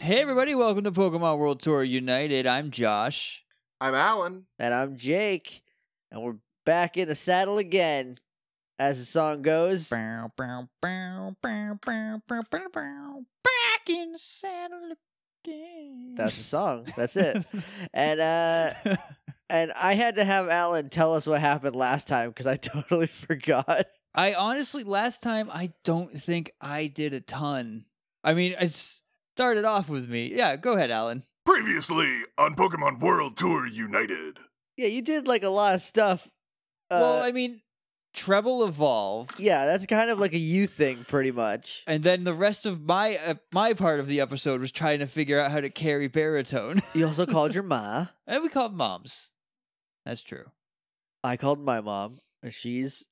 Hey, everybody, welcome to Pokemon World Tour United. I'm Josh. I'm Alan. And I'm Jake. And we're back in the saddle again. As the song goes, Bow, bow, bow, bow, bow, bow, bow, bow. Back in the saddle again. that's the song. That's it. And uh and I had to have Alan tell us what happened last time because I totally forgot. I honestly, last time, I don't think I did a ton. I mean, it started off with me. Yeah, go ahead, Alan. Previously on Pokemon World Tour United. Yeah, you did like a lot of stuff. Uh, well, I mean, Treble evolved. yeah, that's kind of like a you thing, pretty much. And then the rest of my uh, my part of the episode was trying to figure out how to carry baritone. You also called your ma. and we called moms. That's true. I called my mom. and She's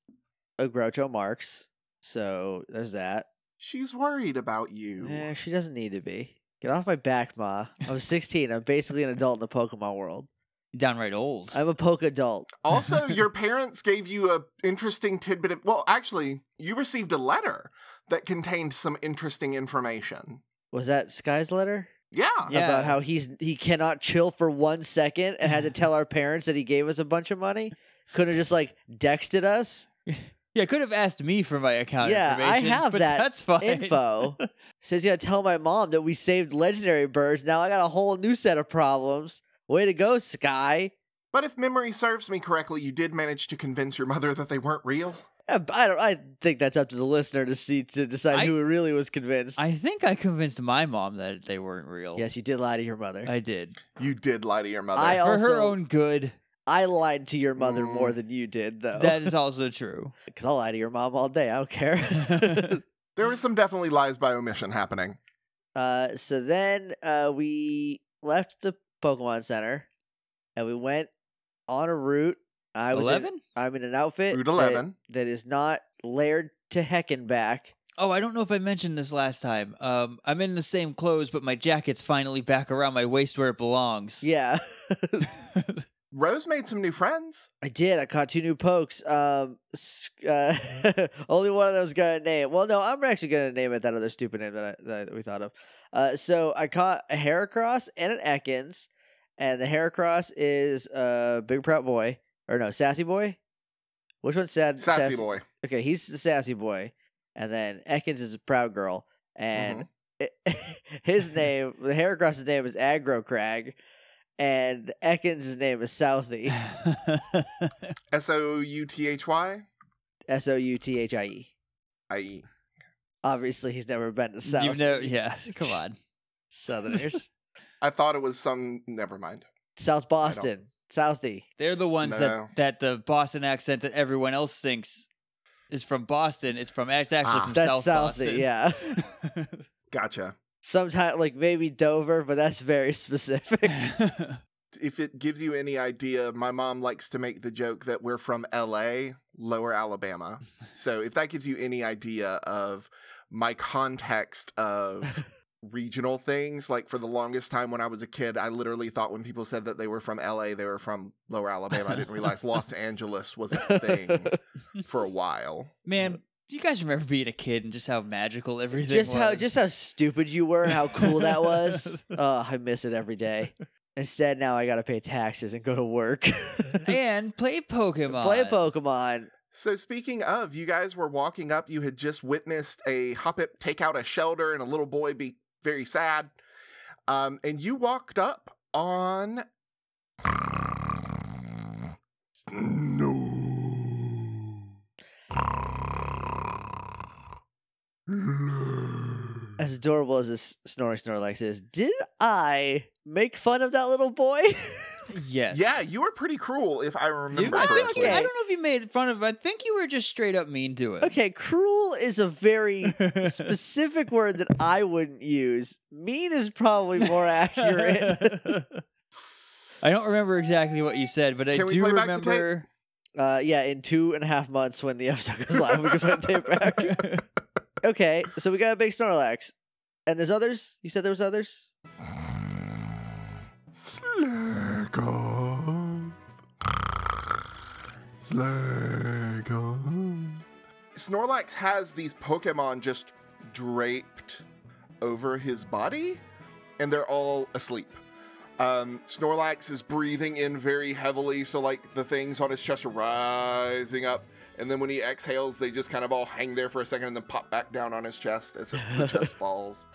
a Groucho Marx, so there's that. She's worried about you. Eh, she doesn't need to be. Get off my back, Ma. I'm 16. I'm basically an adult in the Pokemon world. Downright old. I'm a poke adult. Also, your parents gave you a interesting tidbit of well, actually, you received a letter that contained some interesting information. Was that Sky's letter Yeah. Yeah. about how he's he cannot chill for one second and had to tell our parents that he gave us a bunch of money? Could have just like dexted us Yeah, could have asked me for my account Yeah, I information. have but that that's fine. info. Says he gotta tell my mom that we saved legendary birds. Now I got a whole new set of problems. Way to go, Sky. But if memory serves me correctly, you did manage to convince your mother that they weren't real. Eh, b- I don't. I think that's up to the listener to see to decide I- who really was convinced. I think I convinced my mom that they weren't real. yes, you did lie to your mother. I did. You did lie to your mother. I for her also- own good, I lied to your mother Mm. more than you did, though. that is also true. because I'll lie to your mom all day. I don't care. yeah, there were some definitely lies by omission happening. uh, so then uh, we left the Pokemon Center, and we went on a route. I was in- 11? I'm in an outfit Route that- 11. that is not layered to heck and back. Oh, I don't know if I mentioned this last time. Um, I'm in the same clothes, but my jacket's finally back around my waist where it belongs. Yeah, Rose made some new friends. I did. I caught two new pokes. Um, s- uh, only one of them's gonna name. Well, no, I'm actually gonna name it that other stupid name that, I, that we thought of. Uh, so I caught a Heracross and an Ekans, and the Heracross is uh big proud boy or no sassy boy. Which one's sad? Sassy, boy. Okay, he's the sassy boy, and then Ekans is a proud girl, and Mm-hmm. his name, the Heracross's name is Agro Crag, and Ekans' name is Southie. S O U T H Y S O U T H I E. I E. Obviously, he's never been to South You've never, yeah, come on. Southerners, I thought it was some. Never mind. South Boston, Southie. They're the ones No. that, that the Boston accent that everyone else thinks is from Boston. It's from it's actually Ah. from That's South Southie. Yeah, Gotcha. sometimes like maybe Dover, but that's very specific. Boston. if it gives you any idea, my mom likes to make the joke that we're from LA, lower Alabama. So if that gives you any idea of my context of regional things, like for the longest time when I was a kid, I literally thought when people said that they were from LA, they were from lower Alabama. I didn't realize Los Angeles was a thing for a while. Man, do you guys remember being a kid and just how magical everything just how was? just how stupid you were, and how cool that was. oh, I miss it every day. Instead, now I gotta pay taxes and go to work. Play and play Pokemon. Pokemon. So speaking of, you guys were walking up. You had just witnessed a Hoppip take out a shelter and a little boy be very sad. Um, and you walked up on Snow. As adorable as this snoring Snorlax is, did I make fun of that little boy? Yes. Yeah, you were pretty cruel, if I remember I think correctly. you, I don't know if you made fun of. it. I think you were just straight up mean to it. okay, cruel is a very specific word that I wouldn't use. Mean is probably more accurate. I don't remember exactly what you said, but I Can we do play back the tape? remember. Uh, yeah, in two and a half months when the episode goes live, we can put the tape back. Okay, so we got a big Snorlax, and there's others. You said there was others. Slagoth. Slagoth. Snorlax has these Pokemon just draped over his body, and they're all asleep. Um, Snorlax is breathing in very heavily, so like the things on his chest are rising up, and then when he exhales, they just kind of all hang there for a second and then pop back down on his chest as the chest falls.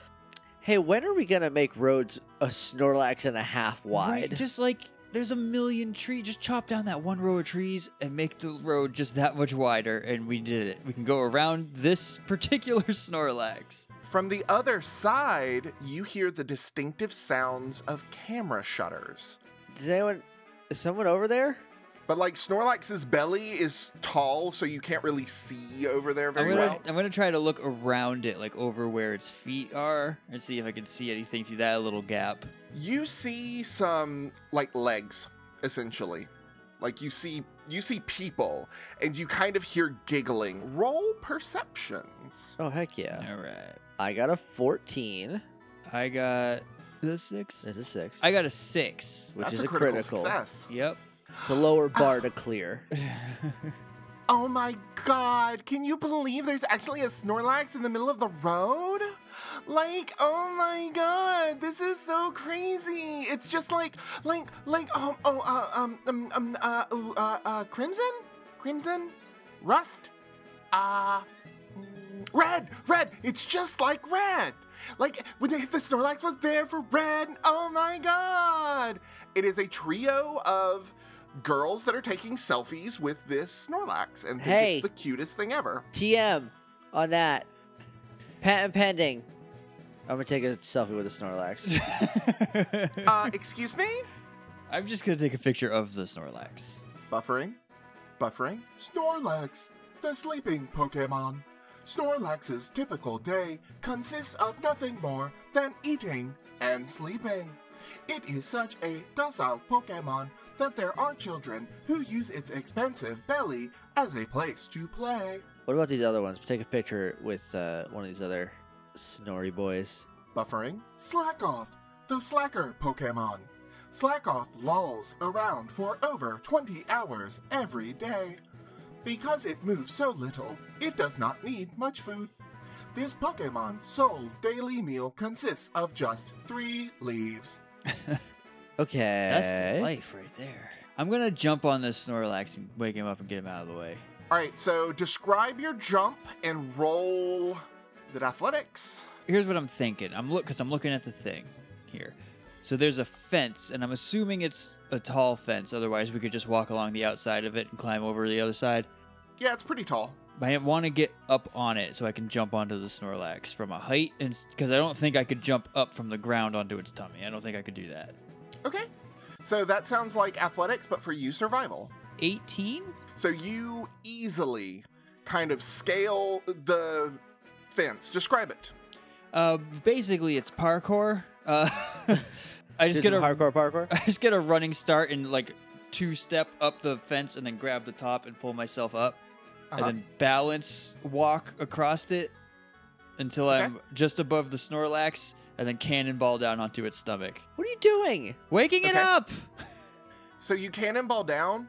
Hey, when are we gonna make roads a Snorlax and a half Right, wide? just like there's a million trees. Just chop down that one row of trees and make the road just that much wider, and we did it. We can go around this particular Snorlax. From the other side, you hear the distinctive sounds of camera shutters. Does anyone? Is someone over there? But like Snorlax's belly is tall, so you can't really see over there I'm very gonna well. I'm gonna try to look around it, like over where its feet are, and see if I can see anything through that little gap. You see some like legs, essentially. Like you see you see people, and you kind of hear giggling. Roll perceptions. Oh heck yeah! All right, I got a fourteen. I got the six. This is six. I got a six. which That's is a critical, critical. success. Yep. It's a lower bar to clear. Oh my god, can you believe there's actually a Snorlax in the middle of the road? Like, oh my god, this is so crazy. It's just like, like, like, um, oh, uh, um, um, um, uh, ooh, uh, uh, Crimson? Crimson? Rust? Uh, mm, Red! Red! It's just like Red! Like, when they, the Snorlax was there for Red! Oh my god! It is a trio of girls that are taking selfies with this Snorlax and think Hey. it's the cutest thing ever. TM on that. Patent pending. I'm gonna take a selfie with a Snorlax. Uh, excuse me? I'm just gonna take a picture of the Snorlax. Buffering. Buffering. Snorlax, the sleeping Pokemon. Snorlax's typical day consists of nothing more than eating and sleeping. It is such a docile Pokemon that there are children who use its expensive belly as a place to play. what about these other ones? Take a picture with uh, one of these other snorry boys. Buffering. Slackoth, the slacker Pokemon. Slackoth lolls around for over 20 hours every day. Because it moves so little, it does not need much food. This Pokemon's sole daily meal consists of just three leaves. Okay. That's the life right there. I'm gonna jump on this Snorlax and wake him up and get him out of the way. Alright, so describe your jump and roll. Is it athletics? Here's what I'm thinking. I'm look because I'm looking at the thing here. So there's a fence, and I'm assuming it's a tall fence. Otherwise, we could just walk along the outside of it and climb over the other side. Yeah, it's pretty tall. But I want to get up on it so I can jump onto the Snorlax from a height, and because I don't think I could jump up from the ground onto its tummy. I don't think I could do that. Okay. So that sounds like athletics, but for you, survival. 18. So you easily kind of scale the fence. Describe it. Uh, basically, it's parkour. Uh, I just Just get a hardcore parkour. I just get a running start and like two step up the fence and then grab the top and pull myself up Uh-huh. and then balance walk across it until Okay. I'm just above the Snorlax and then cannonball down onto its stomach. What are you doing? Waking it Okay. up! So you cannonball down.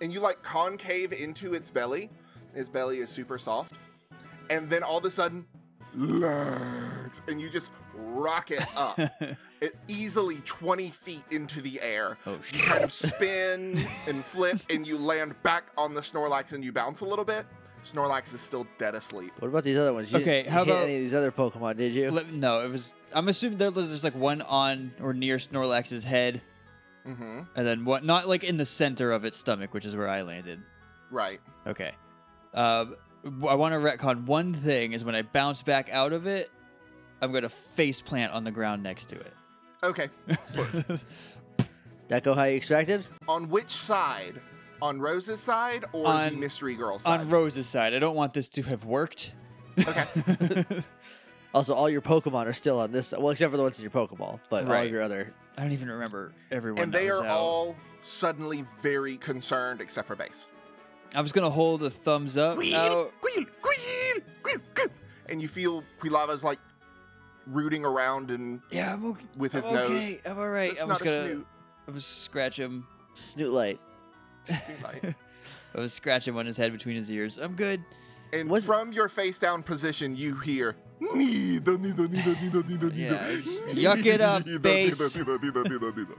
And you like concave into its belly. Its belly is super soft. And then all of a sudden, legs, and you just rock it up. it easily 20 feet into the air. Oh, You kind of spin and flip, and you land back on the Snorlax and you bounce a little bit. Snorlax is still dead asleep. What about these other ones? You Okay, didn't how hit about- any of these other Pokemon? Did you? Let, no, it was. I'm assuming there, there's like one on or near Snorlax's head Mm-hmm. and then one, not like in the center of its stomach, which is where I landed. Right. Okay. Um, w- I want to retcon one thing is when I bounce back out of it, I'm going to face plant on the ground next to Okay. it. that go how you expected? On which side? On Rose's side or the On- mystery girl side? On Rose's side, I don't want this to have worked. okay. Also, all your Pokemon are still on this. Well, except for the ones in your Pokeball, but all Right. of your other. I don't even remember everyone. and that they was are out. all suddenly very concerned except for Base. I was gonna hold a thumbs up out. Queel, queel, queel, queel. And you feel Quilava's like rooting around and Yeah, I'm okay. with his I'm nose. okay. I'm all right. That's I'm not just a gonna. snoot. I'm gonna scratch him. Snoot light. Snoot light. I was scratching on his head between his ears. I'm good. And Was- from your face down position, you hear. "Nyeh, Nido, nido, nido, nido, nido, Yeah, just nido. yuck it up, Nido, nido, bass. nido, nido, nido, nido.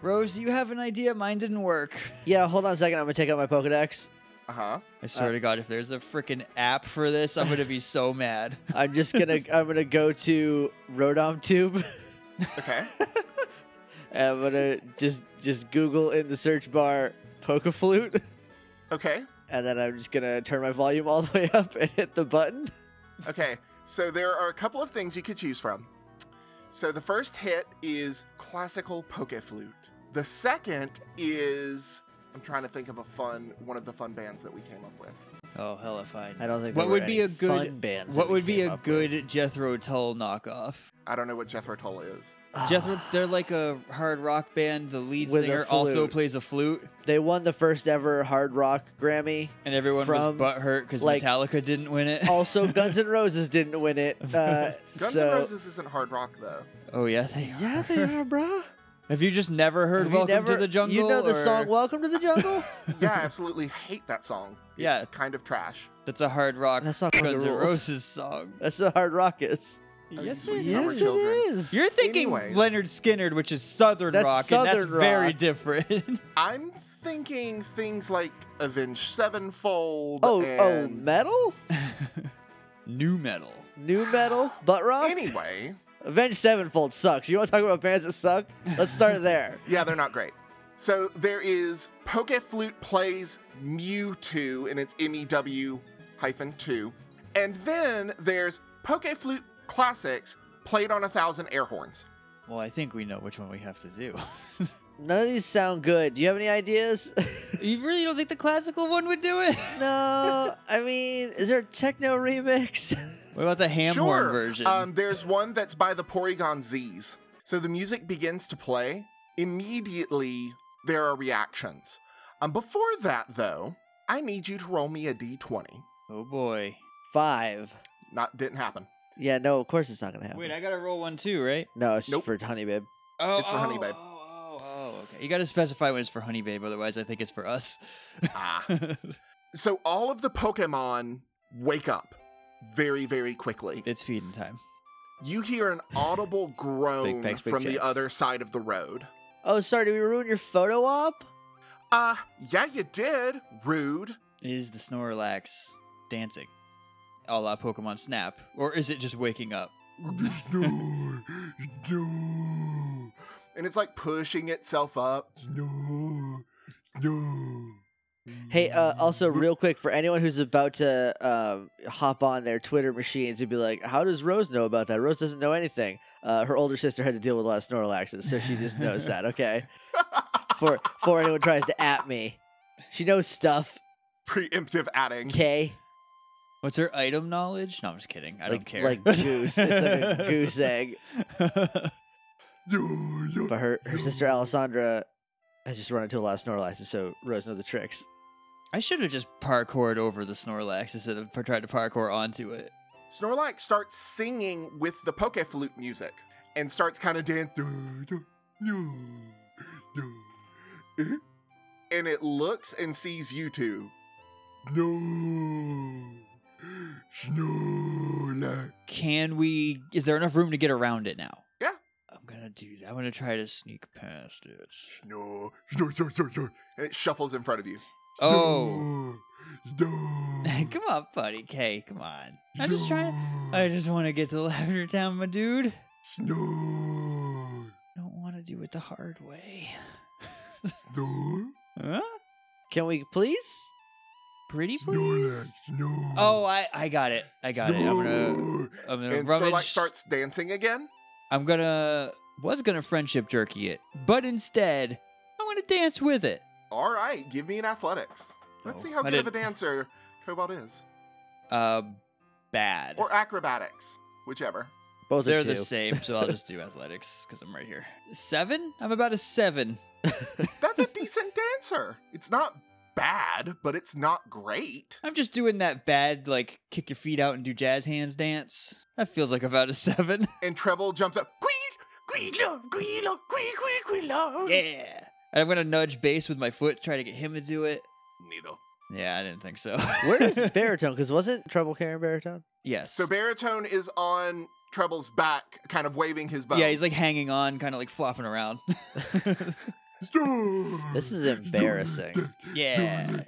Rose, you have an idea. Mine didn't work. Yeah, hold on a second. I'm gonna take out my Pokedex. Uh-huh. I swear to God, if there's a freaking app for this, I'm gonna be so mad. I'm just gonna I'm gonna go to Rotom Tube. Okay. And I'm gonna just just Google in the search bar Pokeflute, Okay. and then I'm just gonna turn my volume all the way up and hit the button. Okay. So there are a couple of things you could choose from. So the first hit is classical poke flute. The second is I'm trying to think of a fun one of the fun bands that we came up with. Oh, hell if I. I don't think What there were would be any a good fun bands What that we would be came a up good with. Jethro Tull knockoff? I don't know what Jethro Tull is. Jethro, they're like a hard rock band. The lead Ah. With a singer also flute. plays a flute, They won the first ever hard rock Grammy. and everyone From, was butthurt because like- Metallica didn't win it. Also, Guns N' Roses didn't win it. Uh, Guns so N' Roses isn't hard rock though. oh yeah, they are. yeah, they are, bro. Have you just never heard Have you "Welcome never- to the Jungle"? You know the or- song "Welcome to the Jungle." Yeah, I absolutely hate that song. It's Yeah. kind of trash. That's a hard rock That song fucking Guns N' rules. Roses song. That's what hard rock is. Oh, Yes, you it sweet is. summer yes, it children. is. You're thinking Anyways. Leonard Skinner, which is Southern That's rock, and that's Southern very rock. different. I'm thinking things like Avenged Sevenfold. oh oh and... metal, New metal. new metal, butt rock. Anyway, Avenged Sevenfold sucks. You want to talk about bands that suck? Let's start there. yeah, they're not great. So there is Pokeflute Plays Mewtwo, and it's M E W hyphen two. And then there's Pokeflute Classics played on a thousand air horns. Well, I think we know which one we have to do. None of these sound good. Do you have any ideas? you really don't think the classical one would do it? no. I mean, is there a techno remix? What about the ham horn sure. version? Um, there's one that's by the Porygon Z's. So the music begins to play. Immediately, there are reactions. Um, before that, though, I need you to roll me a d20. oh boy. Five. Not didn't happen. Yeah, no, of course it's not gonna happen. Wait, I gotta roll one too, right? no, it's Nope. for Honey Bib. Oh, It's for Honey oh, Babe. Oh, oh, oh, okay. You gotta specify when it's for Honey Babe, otherwise I think it's for us. ah. So all of the Pokemon wake up very, very quickly. it's feeding time. You hear an audible groan thanks, big from the checks. other side of the road. Oh, sorry, did we ruin your photo op? Uh, yeah, you did. Rude. Is the Snorlax dancing? A la Pokemon Snap. Or is it just waking up? no, no. And it's like pushing itself up. No, no. Hey, uh, Mm-hmm. also real quick for anyone who's about to um, hop on their Twitter machines and be like, "How does Rose know about that?" Rose doesn't know anything. Uh, her older sister had to deal with a lot of Snorlaxes, so she just knows that. Okay, for for anyone tries to at me, she knows stuff. Preemptive adding. Okay, What's her item knowledge? No, I'm just kidding. I like don't care. like goose, it's like a goose egg. No, no. But her her sister Alessandra has just run into a lot of Snorlaxes, so Rose knows the tricks. I should have just parkoured over the Snorlax instead of tried to parkour onto it. Snorlax starts singing with the Pokeflute music and starts kind of dancing. And it looks and sees you two. No. Snorlax. Can we? Is there enough room to get around it now? Yeah. I'm gonna do that. I'm gonna try to sneak past it. No, no, no, no, no. And it shuffles in front of you. Oh, No. come on, buddy. K, come on. I'm just trying. I just want to get to Lavender Town, my dude. No. Don't want to do it the hard way. No. Huh? Can we please? Pretty please. Oh, I I got it. I got it. I'm gonna I'm gonna And rummage. Snorlax starts dancing again. I'm gonna was gonna friendship jerky it, but instead I'm gonna dance with it. All right, give me an athletics. Let's Oh, see how I good of a didn't- dancer Cobalt is, Uh, bad. or acrobatics, whichever. Both They're are two. the same, so I'll just do athletics because I'm right here. Seven? I'm about a seven. That's a decent dancer. It's not bad, but it's not great. I'm just doing that bad, like, kick your feet out and do jazz hands dance. That feels like about a seven. And Treble jumps up. Queen, queen love, queen love, queen, queen, queen love. yeah. And I'm going to nudge bass with my foot, try to get him to do it. Neither. Yeah, I didn't think so. Where is baritone? Because wasn't Trouble Karen baritone? Yes. So baritone is on Treble's back, kind of waving his bow. yeah, he's like hanging on, kind of like flopping around. This is embarrassing. yeah.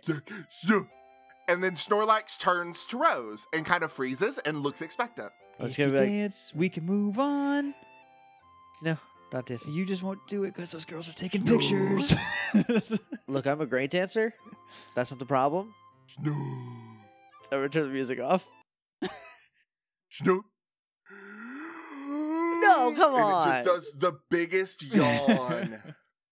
And then Snorlax turns to Rose and kind of freezes and looks expectant. If It's gonna be you like- dance, we can move on. No, not this. You just won't do it because those girls are taking pictures. Look, I'm a great dancer. That's not the problem. I would turn the music off. No, No, come And it just on. does the biggest yawn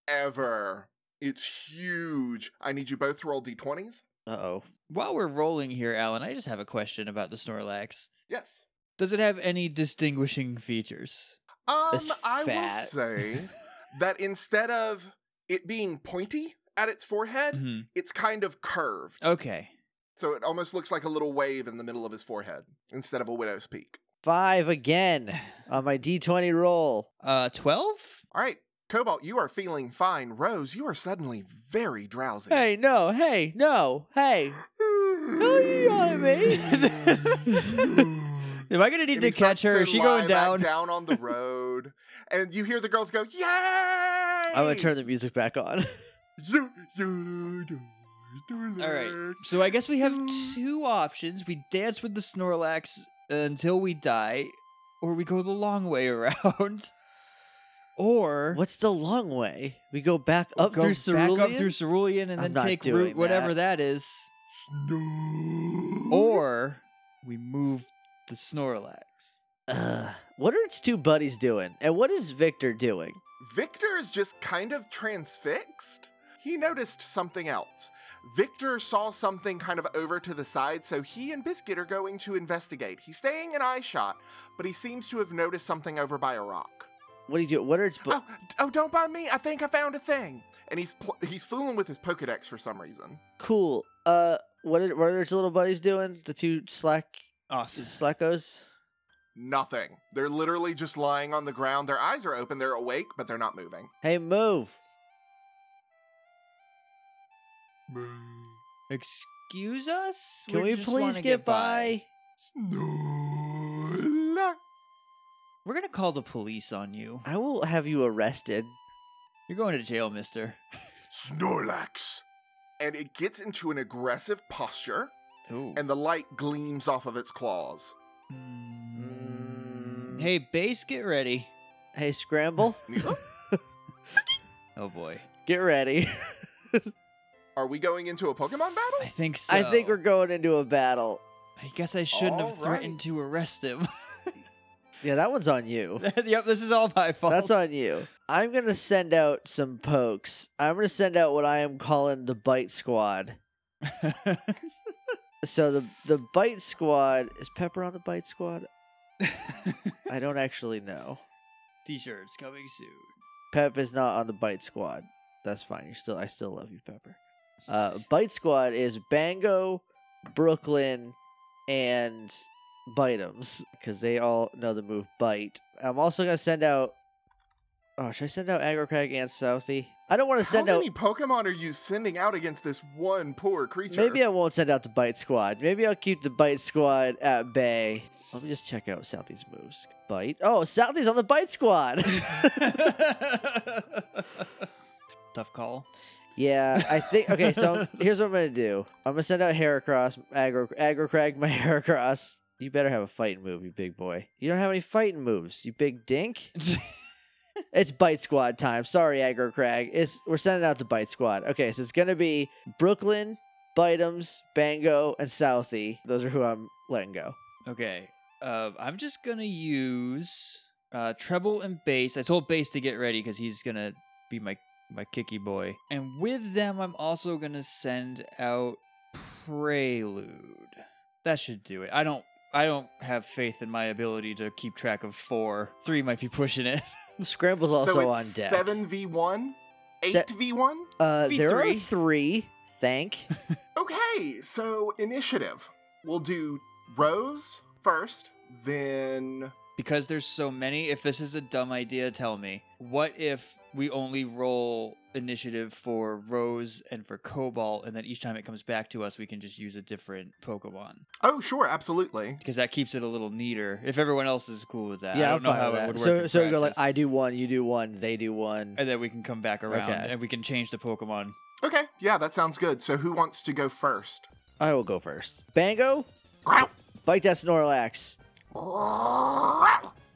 ever. It's huge. I need you both to roll d20s. Uh oh. While we're rolling here, Alan, I just have a question about the Snorlax. Yes. Does it have any distinguishing features? Um, It's I will fat. say that instead of it being pointy at its Mm-hmm. forehead, Mhm. it's kind of curved. Okay. So it almost looks like a little wave in the middle of his forehead instead of a widow's peak. Five again on my D20 roll. Uh, 12? All right, Cobalt, you are feeling fine. Rose, you are suddenly very drowsy. Hey, no, hey, no, hey. Hell you yelling at Am I going to need to catch her? Is she going down? down on the road, and you hear the girls go, "Yay!" I'm gonna turn the music back on. All right. So I guess we have two options. We dance with the Snorlax until we die, or we go the long way around. Or What's the long way? We go back up go through Cerulean. back up through Cerulean and I'm then not take doing route whatever that is. Hmm? Or we move the Snorlax. Ugh. what are its two buddies doing? And what is Victor doing? Victor is just kind of transfixed. He noticed something else. Victor saw something kind of over to the side, so he and Biscuit are going to investigate. He's staying in eye shot, but he seems to have noticed something over by a rock. What do you do? What are its? Bu- Uh, oh, oh, don't mind me. I think I found a thing. And he's pl- he's fooling with his Pokedex for some reason. Cool. Uh, what are what are its little buddies doing? The two slack Off slackos. Nothing. They're literally just lying on the ground. Their eyes are open. They're awake, but they're not moving. Hey, move. Excuse us? Can we, just please wanna get, by? We're going to call the police on you. I will have you arrested. You're going to jail, mister. Snorlax. And it gets into an aggressive posture, Ooh. and the light gleams off of its claws. Mm. Hey, base, get ready. Hey, scramble. Oh boy. get ready. Are we going into a Pokemon I battle? think so. I think we're going into a battle. I guess I shouldn't have All threatened right. to arrest him. Yeah, that one's on you. yep, this is all my fault. That's on you. I'm gonna send out some pokes. I'm gonna send out what I am calling the bite squad. So the the bite squad is Pepper on the bite squad. I don't actually know. T-shirts coming soon. Pep is not on the bite squad. That's fine. You still I still love you, Pepper. Uh, bite squad is Bango, Brooklyn, and Bitems because they all know the move bite. I'm also gonna send out. Oh, should I send out Agrocrag and Southie? I don't want to How send out. many Pokemon are you sending out against this one poor creature? Maybe I won't send out the Bite Squad. Maybe I'll keep the Bite Squad at bay. Let me just check out Southie's moves. Bite. Oh, Southie's on the Bite Squad. Tough call. yeah, I think. Okay, so here's what I'm gonna do. I'm gonna send out Heracross, aggro, aggro crag my Heracross. You better have a fighting move, you big boy. You don't have any fighting moves, you big dink. It's Bite Squad time. Sorry, Aggro Crag. It's we're sending out the Bite Squad. Okay, so it's gonna be Brooklyn, Bitems, Bango, and Southie. Those are who I'm letting go. okay, uh, I'm just gonna use uh, treble and bass. I told bass to get ready because he's gonna be my my kicky boy. And with them, I'm also gonna send out prelude. That should do it. I don't. I don't have faith in my ability to keep track of four. Three might be pushing it. Scramble's also so on it's deck. seven v one, Se- eight v one. uh, be there three. are three. Thank. Okay, so initiative. We'll do Rose first, then because there's so many, if this is a dumb idea, tell me. What if we only roll initiative for Rose and for Cobalt, and then each time it comes back to us, we can just use a different Pokemon? Oh, sure, absolutely. Because that keeps it a little neater. If everyone else is cool with that, yeah, I don't I'm know fine how with it that. would work. so in so go like practice. I do one, you do one, they do one. and then we can come back around Okay. and we can change the Pokemon. Okay, yeah, that sounds good. So who wants to go first? I will go first. Bango, Growl. bite that Snorlax. Growl.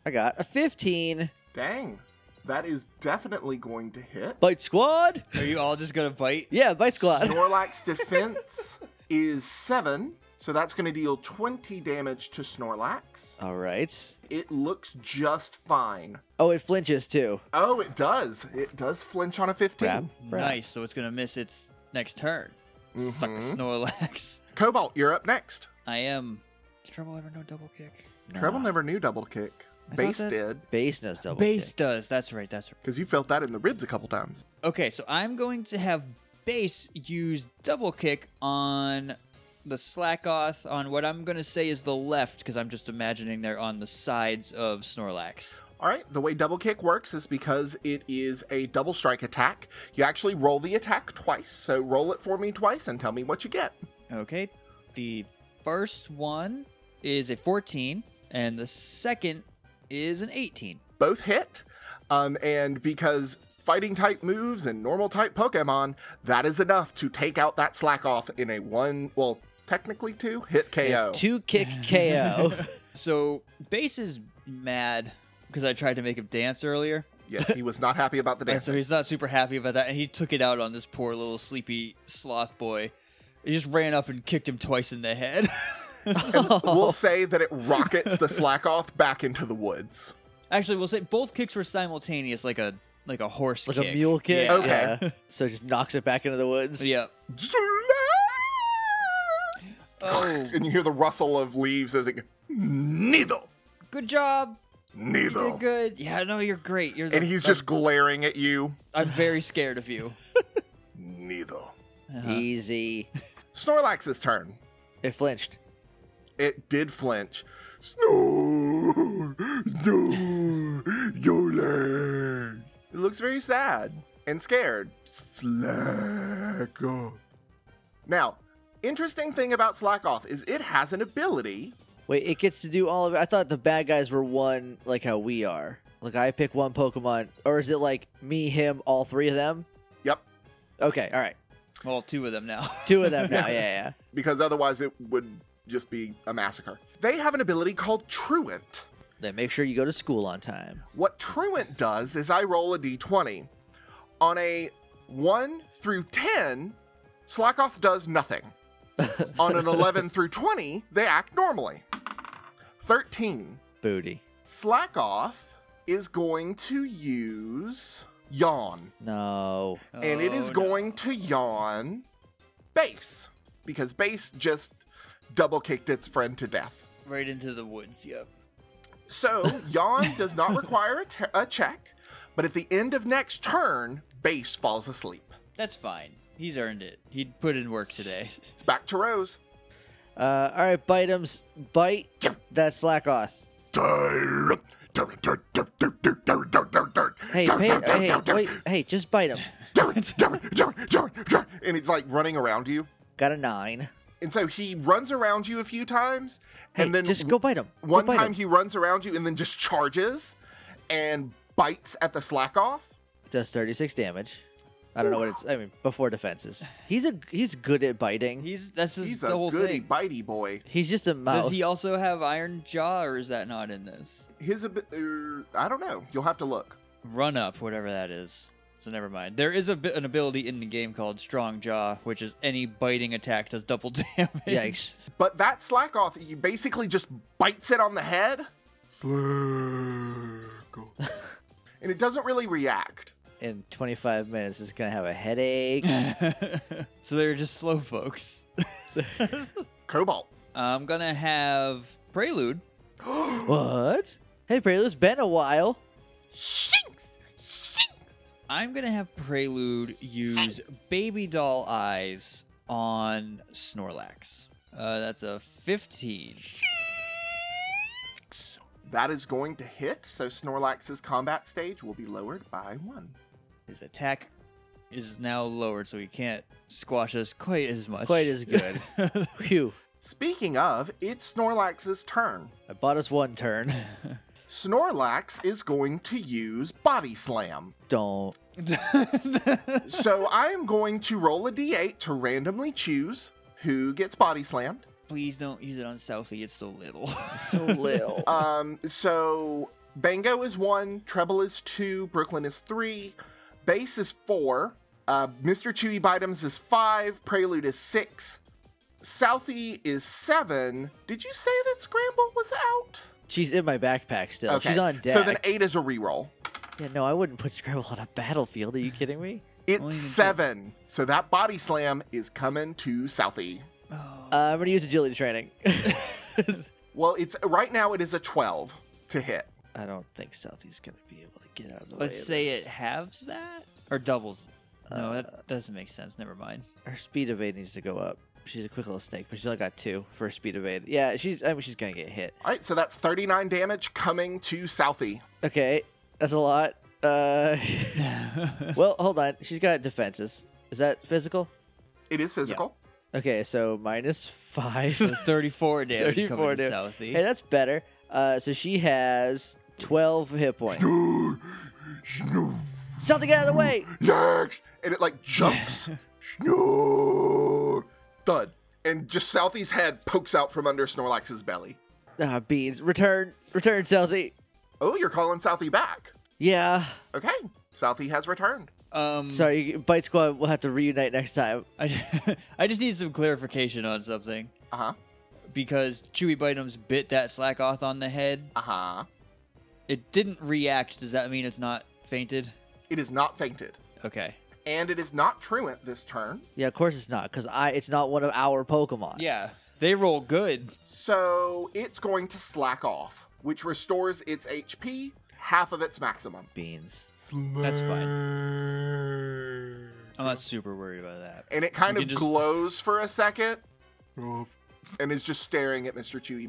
I got a 15. Dang, that is definitely going to hit. Bite Squad. Are you all just gonna bite? Yeah, Bite Squad. Snorlax defense is seven, so that's going to deal 20 damage to Snorlax. All right. It looks just fine. Oh, it flinches too. Oh, it does. It does flinch on a 15. Rap, rap. Nice. So it's gonna miss its next turn. Suck a Mhm. Snorlax. Cobalt, you're up next. I am. Did Treble ever know double kick? Treble never knew double kick. I thought Base that- did, Base does double. Base kick. does. That's right. That's right. because you felt that in the ribs a couple times. Okay, so I'm going to have Base use double kick on the Slackoth on what I'm going to say is the left because I'm just imagining they're on the sides of Snorlax. All right, the way double kick works is because it is a double strike attack. You actually roll the attack twice, so roll it for me twice and tell me what you get. Okay, the first one is a 14, and the second is an 18. both hit. Um, and because fighting type moves and normal type Pokemon, that is enough to take out that Slackoth in a one, well, technically two hit KO. Two kick KO. So Base is mad because I tried to make him dance earlier. Yes, he was not happy about the And dance. so he's not super happy about that, and he took it out on this poor little sleepy sloth boy. He just ran up and kicked him twice in the head. We'll say that it rockets the Slackoth back into the woods. Actually, we'll say both kicks were simultaneous, like a like a horse, like kick. a mule kick. Yeah. Okay. Yeah. so it just knocks it back into the woods. yeah. Oh, And you hear the rustle of leaves as it goes, neither, good job. You neither. did good. Yeah, no, you're great. You're. The, And he's I'm- just glaring at you. I'm very scared of you. Neither. Uh-huh. Easy. Snorlax's turn. It flinched. It did flinch. Snore, snore, Yolan. It looks very sad and scared. Slackoth. Now, interesting thing about Slackoth is it has an ability. Wait, it gets to do all of it. I thought the bad guys were one like how we are. Like I pick one Pokemon, or is it like me, him, all three of them? Yep, Okay, all right, Well, two of them now. two of them now. Yeah. Yeah, yeah. because otherwise it would just be a massacre. They have an ability called Truant. Then make sure you go to school on time. What Truant does is I roll a d20. On a 1 through 10, Slackoth does nothing. On an 11 through 20, they act normally. 13. Booty. Slackoff is going to use Yawn. No. and it is Oh, no. going to yawn Base. Because Base just double kicked its friend to death. right into the woods. Yep. So, yawn does not require a, te- a check, but at the end of next turn, base falls asleep. That's fine. He's earned it. He put in work today. It's back to Rose. Uh, all right, bitems. Bite. That Slackoth. Hey, Hey, pay, hey, wait, hey, just bite him. And it's like running around you. Got a nine. And so he runs around you a few times, Hey, and then just go bite him. Go one bite time him. he runs around you and then just charges and bites at the slack off. does thirty six damage. I don't know what it's. I mean, before defenses. He's a he's good at biting. He's that's just He's the a whole goody thing. bitey boy. He's just a mouse. Does he also have Iron Jaw, or is that not in this? His, ab- er, I don't know. You'll have to look. run up, whatever that is. So never mind. There is a bi- an ability in the game called Strong Jaw, which is any biting attack does double damage. Yikes. But that Slackoth, he basically just bites it on the head. Slackoth. and it doesn't really react. in 25 minutes is gonna have a headache. so they're just slow folks. Cobalt. I'm gonna have Prelude. what? Hey, Prelude, it's been a while. Shinks! Shinks! I'm gonna have Prelude use Baby Doll Eyes on Snorlax. Uh, that's a 15. That is going to hit, so Snorlax's combat stage will be lowered by one. His attack is now lowered, so he can't squash us quite as much. Quite as good. Phew. Speaking of, it's Snorlax's turn. I bought us one turn. Snorlax is going to use Body Slam. Don't. So I am going to roll a d8 to randomly choose who gets Body Slammed. Please don't use it on Southie. It's so little. So little. Um, so Bango is one, Treble is two, Brooklyn is three, Bass is four, uh, Mr. Chewy Bitems is five, Prelude is six, Southie is seven. Did you say that Scramble was out? She's in my backpack still. She's on deck. So then eight is a reroll. yeah, no, I wouldn't put Scrabble on a battlefield. Are you kidding me? It's Only the- seven. So that body slam is coming to Southie. Oh, Uh, I'm gonna use agility training. Well, it's right now it is a twelve to hit. I don't think Southie's gonna be able to get out of the way. let's of say this. it halves that Uh, or doubles. No, that doesn't make sense. Never mind. Her speed evade needs to go up. She's a quick little snake, but she's only got two for her speed evade. Yeah, she's. I mean, she's gonna get hit. All right, so that's thirty-nine damage coming to Southie. Okay, that's a lot. Uh, well, well, hold on. She's got defenses. Is that physical? It is physical. Okay, so minus five. so 34 damage 34 coming to damage. Southie. hey, that's better. Uh, so she has twelve hit points. Something get out of the way. Next, and it like jumps. Snor- Thud, and just Southie's head pokes out from under Snorlax's belly. Ah, beans. Return, return, Southie. Oh, you're calling Southie back. Yeah. Okay, Southie has returned. Um, Sorry, Bite Squad. We'll have to reunite next time. I, I just need some clarification on something Uh huh. because Chewy Bitems bit that Slackoth on the head. Uh huh. It didn't react. Does that mean it's not fainted? It is not fainted, Okay. and it is not truant this turn. Yeah, of course it's not, because I. It's not one of our Pokemon. Yeah, they roll good. So it's going to slack off, which restores its HP half of its maximum. Beans. That's fine. I'm not super worried about that. And it kind You can of just- glows for a second and is just staring at Mr. Chewy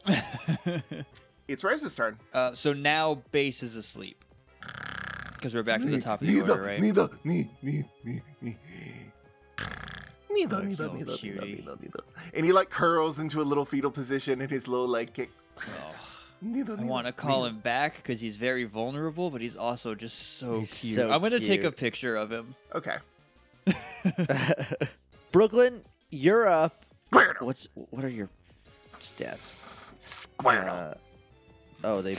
Bitems. It's Rose's turn. Uh, so now base is asleep because we're back to the top of the order, right? Neither, neither, neither, neither, neither, Look, little neither, neither, neither, cutie. neither, neither. And he like curls into a little fetal position and his little leg kicks. Oh, Neither, I want to call him back because he's very vulnerable, but he's also just so He's cute. so I'm gonna take a cute. picture of him. Okay. Brooklyn, you're up. Squirtle. What's what are your stats? Squirtle. Uh, oh, they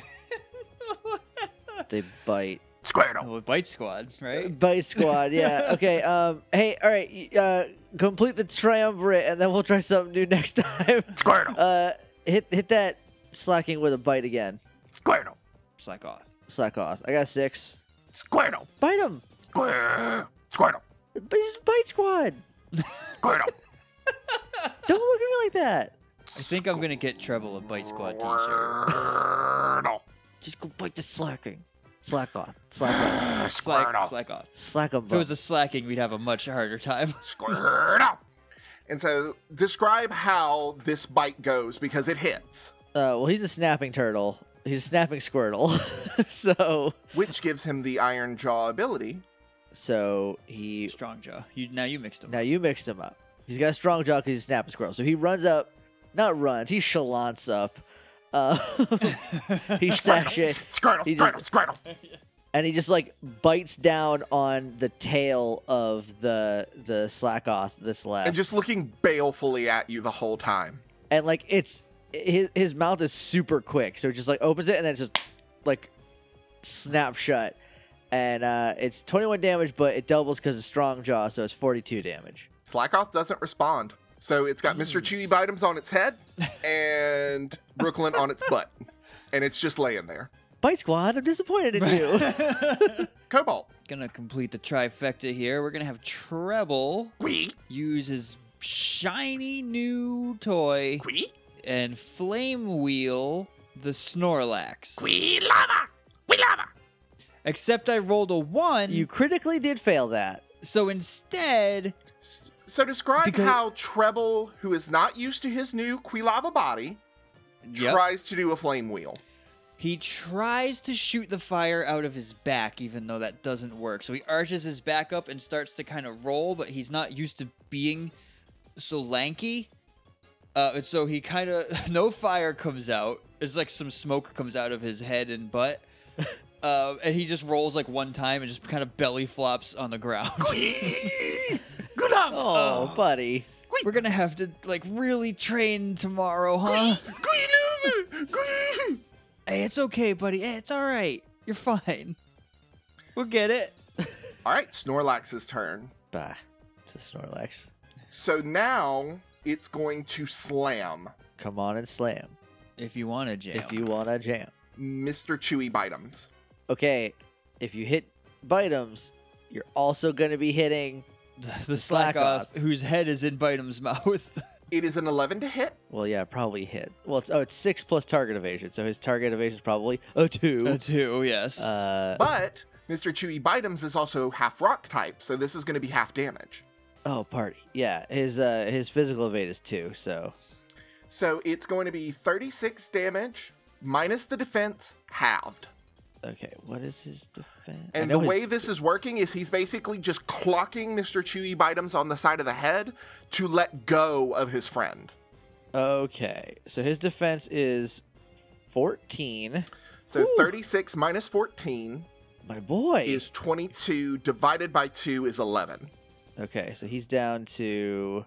they bite. Squirtle. Oh, bite squad, right? Bite Squad. Yeah. Okay. Um. Hey. All right. y- Uh. Complete the triumvirate, and then we'll try something new next time. Squirtle. Uh. Hit hit that slacking with a bite again. Squirtle. Slackoth. Slack off. I got six. Squirtle. Bite him. Squirtle. Squirtle. Bite Squad. Squirtle. Don't look at me like that. I think I'm gonna get Treble a bite squad T-shirt. Squirtle. Just go bite the slacking. Slack off. Slack off. Slack, Squirtle. Slackoth. Slack him. If it was a slacking, we'd have a much harder time. Squirtle. And so describe how this bite goes because it hits, Uh, well, he's a snapping turtle. He's a snapping squirtle. so, which gives him the iron jaw ability. so he. Strong jaw. You now you mixed them. Now you mixed him up. He's got a strong jaw because he's a snapping squirrel. So he runs up, not runs. He chalants up. Uh, he sashay, Squirtle, He squirtle, squirtle. and he just like bites down on the tail of the the slackoth this left. And just looking balefully at you the whole time. and like it's his his mouth is super quick, so it just like opens it and then it's just like snap shut. And uh, it's 21 damage, but it doubles because it's strong jaw, so it's 42 damage. Slackoth doesn't respond. So it's got Mr. Chewy Bitems on its head and Brooklyn on its butt. And it's just laying there. Bite Squad, I'm disappointed in you. Cobalt. gonna complete the trifecta here. We're gonna have Treble Wee. use his shiny new toy Wee. and flame wheel the Snorlax. Wee lava. Wee lava. Except I rolled a one, you critically did fail that. so instead, S- So describe Because- how Treble, who is not used to his new Quilava body, Yep. tries to do a flame wheel. He tries to shoot the fire out of his back, even though that doesn't work. So he arches his back up and starts to kind of roll, but he's not used to being so lanky. Uh, and so he kind of no fire comes out. It's like some smoke comes out of his head and butt, uh, and he just rolls like one time and just kind of belly flops on the ground. Good up. Oh, buddy. We're gonna have to like really train tomorrow, huh? Hey, it's okay, buddy. Hey, it's all right. You're fine. We'll get it. All right, Snorlax's turn. Bah. To Snorlax. So now it's going to slam Come on and slam If you want to, jam. if you want to jam. Mr. Chewy Bitems. Okay, if you hit Bitems, you're also going to be hitting. the, the slack, Slack off, off. whose head is in Bitem's mouth. It is an 11 to hit. Well, yeah, probably hit. Well, it's, oh, it's six plus target evasion, so his target evasion is probably a two. Uh, too, yes. Uh, But Mr. Chewy Bitems is also half rock type, so this is going to be half damage. oh, party. Yeah, his uh, his physical evade is two, so So it's going to be 36 damage minus the defense halved. okay. What is his defense? I And the know his- way this is working is he's basically just clocking Mr. Chewy Bitems on the side of the head to let go of his friend. Okay, so his defense is fourteen. So 36 minus 14 My boy. is 22 divided by 2 is 11. Okay, so he's down to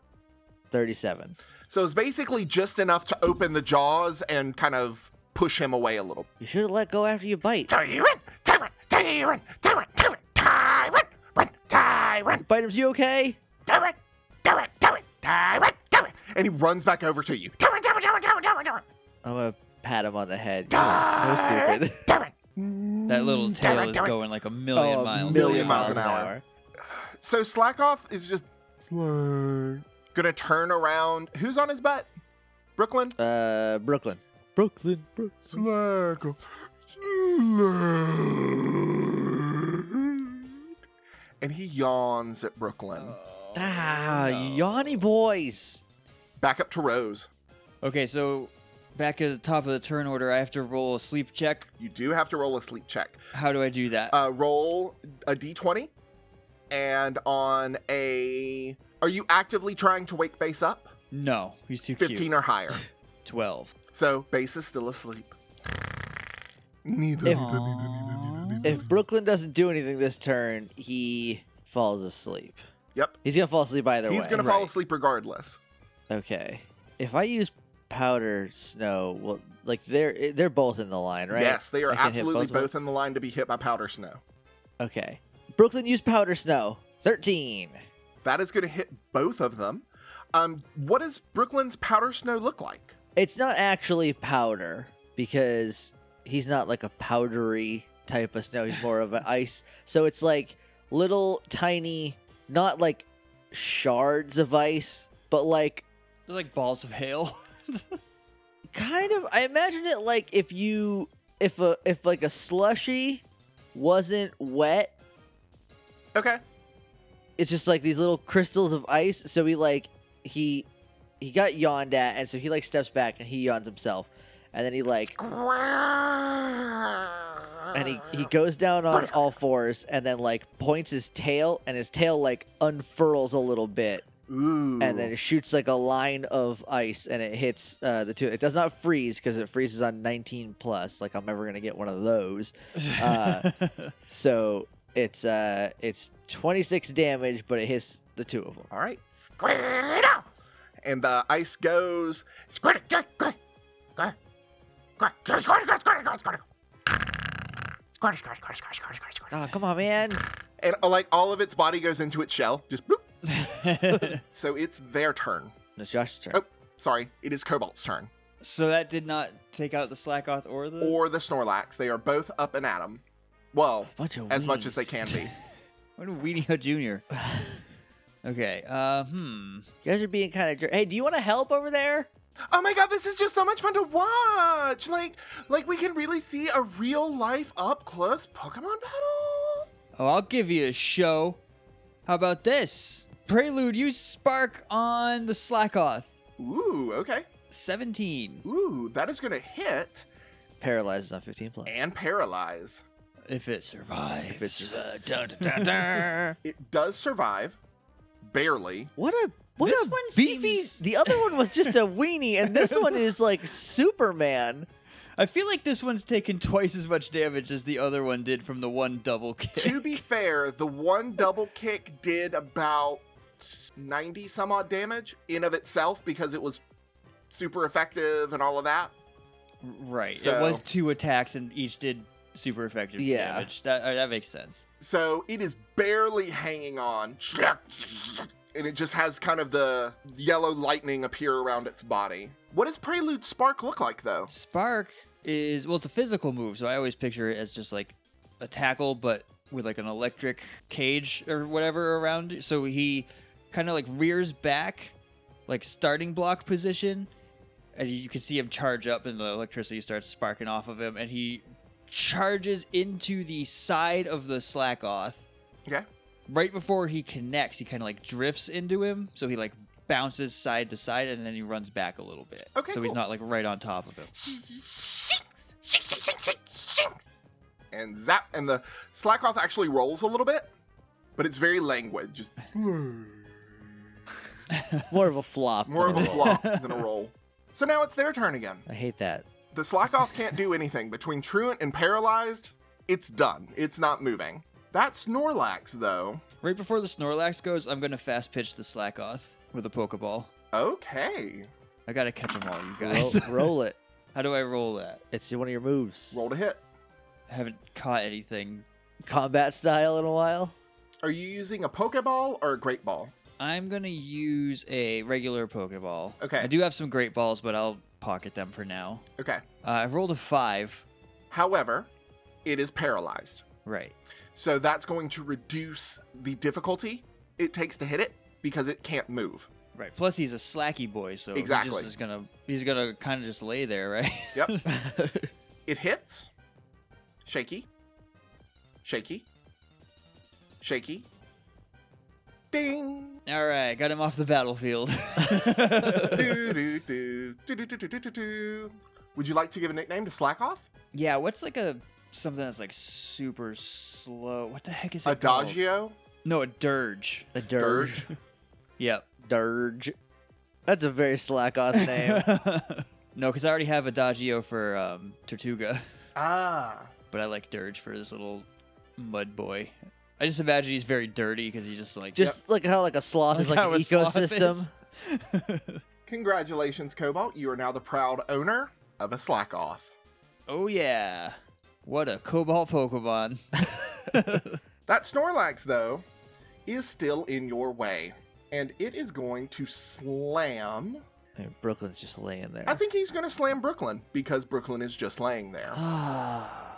thirty-seven. So it's basically just enough to open the jaws and kind of push him away a little. You should have let go after you bite. Tyrant, tyrant, tyrant, tyrant, tyrant, tyrant, run, tyrant, Bitems, you okay? tyrant, tyrant, tyrant, tyrant, tyrant. And he runs back over to you. Tyrant, tyrant, tyrant, tyrant, tyrant, tyrant, I'm gonna pat him on the head. God, Ah! so stupid. tyrant. that little tail damn Mm, it, is damn it. going like a million Oh, miles. million an miles hour. an hour. So Slackoff is just slow. Gonna turn around. Who's on his butt? Brooklyn? Uh, Brooklyn. Brooklyn, Brooklyn. Slack. And he yawns at Brooklyn. Ah, yawny boys. Back up to Rose. Okay, so back at the top of the turn order, I have to roll a sleep check. You do have to roll a sleep check. How do I do that? Uh, roll a d20, and on a. Are you actively trying to wake Base up? no, he's too 15 cute. or higher. 12. So Base is still asleep. Neither. If- neither, neither, neither, neither, neither. If Brooklyn doesn't do anything this turn, he falls asleep. Yep. He's gonna fall asleep either way. He's going to fall right. asleep regardless. Okay. If I use powder snow, well, like they're they're both in the line, right? Yes, they are I can hit absolutely both of them? both in the line to be hit by powder snow. Okay. Brooklyn used powder snow. Thirteen. That is going to hit both of them. Um, what does Brooklyn's powder snow look like? It's not actually powder because he's not like a powdery type of snow. He's more of an ice. So it's like little tiny, not like shards of ice, but like They're like balls of hail. kind of. I imagine it like if you if a if like a slushy wasn't wet Okay. it's just like these little crystals of ice. So he like he he got yawned at, and so he like steps back and he yawns himself, and then he like and he he goes down on all fours and then like points his tail, and his tail like unfurls a little bit, Ooh. and then it shoots like a line of ice, and it hits uh, the two. It does not freeze because it freezes on 19 plus. Like I'm ever gonna get one of those. Uh, So it's uh it's 26 damage, but it hits the two of them. All right. Squirtle! And the ice goes. Squirtle, squirtle, squirtle, squirtle, squirtle, squirtle, squirtle, squirtle, squirtle. Squirtle, squirtle, squirtle, squirtle, squirtle, squirtle. Ah, come on, man. And uh, like all of its body goes into its shell. Just bloop. So it's their turn. It's Josh's turn. Oh, sorry. It is Cobalt's turn. so that did not take out the Slackoth or the. Or the Snorlax. They are both up and at 'em. Well, Bunch of as much as they weenies. can be. what a Weenie Hut Jr. Okay, uh, hmm. You guys are being kind of jerk. Hey, do you want to help over there? Oh my god, this is just so much fun to watch! Like, like we can really see a real life up close Pokemon battle. Oh, I'll give you a show. How about this? Prelude, use Spark on the Slackoth. Ooh, okay. 17. Ooh, that is going to hit Paralyzed is on 15 plus. and paralyze. If it survives. If it's uh, dun, dun, dun, dun. It does survive, barely. what a what This a one beefy. seems- The other one was just a weenie, and this one is like Superman. I feel like this one's taken twice as much damage as the other one did from the one double kick. to be fair, the one double kick did about 90 some odd damage in of itself because it was super effective and all of that. Right. It So- was two attacks and each did super effective Yeah. damage. That uh, that makes sense. So it is barely hanging on. And it just has kind of the yellow lightning appear around its body. What does Prelude Spark look like, though? Spark is well, it's a physical move, so I always picture it as just like a tackle, but with like an electric cage or whatever around. it. So he kind of like rears back, like starting block position, and you can see him charge up, and the electricity starts sparking off of him, and he charges into the side of the Slackoth. Okay. right before he connects, he kind of like drifts into him, so he like bounces side to side and then he runs back a little bit. Okay, So he's cool. not like right on top of him. Shinks, shinks, shinks, shinks, shinks, shinks. And zap, and the Slackoth actually rolls a little bit, but it's very languid, just More of a flop. more of than a roll. flop than a roll. So now it's their turn again. I hate that. The Slackoff can't do anything. Between truant and paralyzed, it's done. It's not moving. That Snorlax, though. Right before the Snorlax goes, I'm gonna fast pitch the Slackoth with a Pokeball. Okay. I gotta catch them all, you Roll, guys. roll it. How do I roll that? It's one of your moves. Roll to hit. haven't caught anything. Combat style in a while. Are you using a Pokeball or a Great Ball? I'm gonna use a regular Pokeball. Okay. I do have some great balls, but I'll pocket them for now. Okay. Uh, I've rolled a five. However, it is paralyzed. Right. So that's going to reduce the difficulty it takes to hit it because it can't move. Right. Plus, he's a slacky boy, so he Exactly. just is gonna he's gonna kind of just lay there, right? Yep. it hits. Shaky. Shaky. Shaky. Ding. All right, got him off the battlefield. do, do, do, do, do, do, do, do, do, do. Would you like to give a nickname to Slackoff? yeah, what's like a something that's like super slow? What the heck is it? Called? Adagio? No, a dirge. A dirge. Yep. Dirge. That's a very slack ass name. no, because I already have Adagio for um, Tortuga, Ah. but I like dirge for this little mud boy. I just imagine he's very dirty because he's just like Just look how like a sloth is like how an a sloth is. ecosystem. Congratulations, Cobalt. You are now the proud owner of a Slackoff. oh yeah, what a cobalt Pokemon. That Snorlax, though, is still in your way. And it is going to slam. Hey, Brooklyn's just laying there. I think he's going to slam Brooklyn because Brooklyn is just laying there. Ah,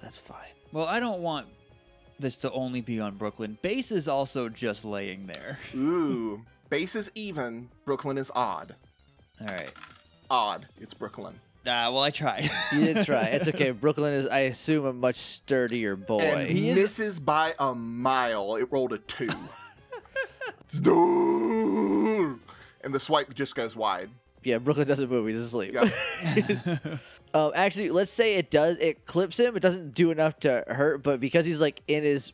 That's fine. well, I don't want this to only be on Brooklyn. Base is also just laying there. Ooh. Base is even. Brooklyn is odd. All right. Odd. It's Brooklyn. Ah, well, I tried. You did try. It's okay. Brooklyn is, I assume, a much sturdier and boy. he is- misses by a mile. It rolled a two. Zdoo! and the swipe just goes wide. Yeah, Brooklyn doesn't move. He's asleep. Yep. Um, actually, let's say it does. It clips him. It doesn't do enough to hurt, but because he's like in his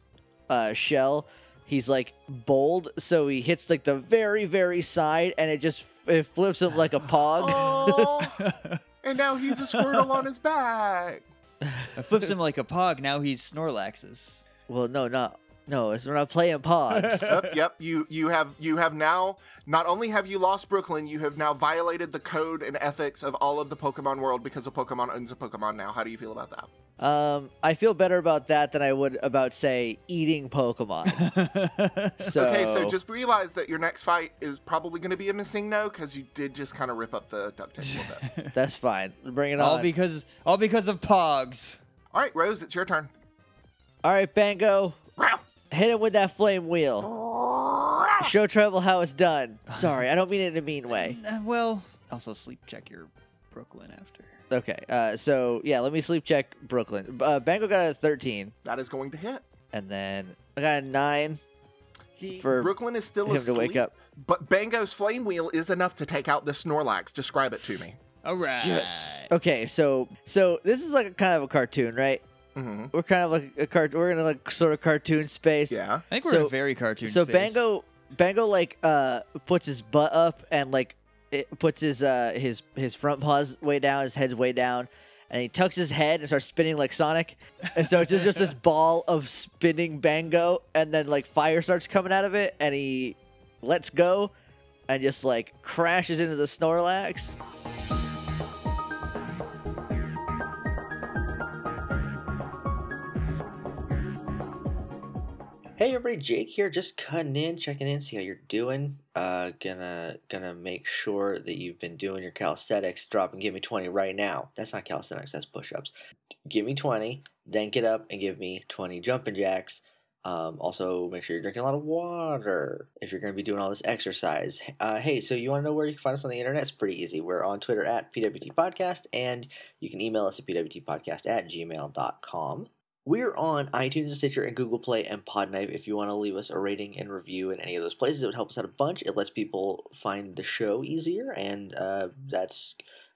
uh, shell, he's like bold. So he hits like the very, very side, and it just it flips him like a pog. Oh, and now he's a Squirtle on his back. I flips him like a pog. Now he's Snorlax's. Well, no, not no. It's we're not playing pogs. Yep, yep. You you have you have now not only have you lost Brooklyn, you have now violated the code and ethics of all of the Pokemon world because a Pokemon owns a Pokemon now. How do you feel about that? um, I feel better about that than I would about say eating Pokemon. So Okay, so just realize that your next fight is probably going to be a missing no because you did just kind of rip up the duct tape a little bit. that's fine. Bring it all on. because all because of pogs. All right, Rose, it's your turn. All right, Bango, Row. hit him with that flame wheel. Show Treble how it's done. Sorry, I don't mean it in a mean way. Uh, well, also sleep check your Brooklyn after. Okay, uh, so yeah, let me sleep check Brooklyn. Uh, Bango got a 13, That is going to hit. and then I got a 9. He, For Brooklyn is still him asleep, to wake up. but Bango's flame wheel is enough to take out the Snorlax. Describe it to me. All right. Yes. Okay, so so this is like a kind of a cartoon, right? hmm We're kind of like a cart. We're in a like sort of cartoon space. Yeah. I think we're So- in a very cartoon. So space. Bango Bango like uh puts his butt up and like it puts his uh his his front paws way down, his head's way down, and he tucks his head and starts spinning like Sonic. And so it's just, just this ball of spinning Bango, and then like fire starts coming out of it, and he lets go, and just like crashes into the Snorlax. Hey everybody, Jake here. Just cutting in, checking in, see how you're doing. Uh, gonna gonna make sure that you've been doing your calisthenics. Drop and give me twenty right now. That's not calisthenics. That's push-ups. Give me twenty, then get up and give me twenty jumping jacks. Um, also, make sure you're drinking a lot of water if you're gonna be doing all this exercise. Uh, hey, so you want to know where you can find us on the internet? It's pretty easy. We're on Twitter at PWT Podcast, and you can email us at pwtpodcast at gmail.com. We're on iTunes, Stitcher, and Google Play and Podknife. If you want to leave us a rating and review in any of those places, it would help us out a bunch. It lets people find the show easier, and uh, that's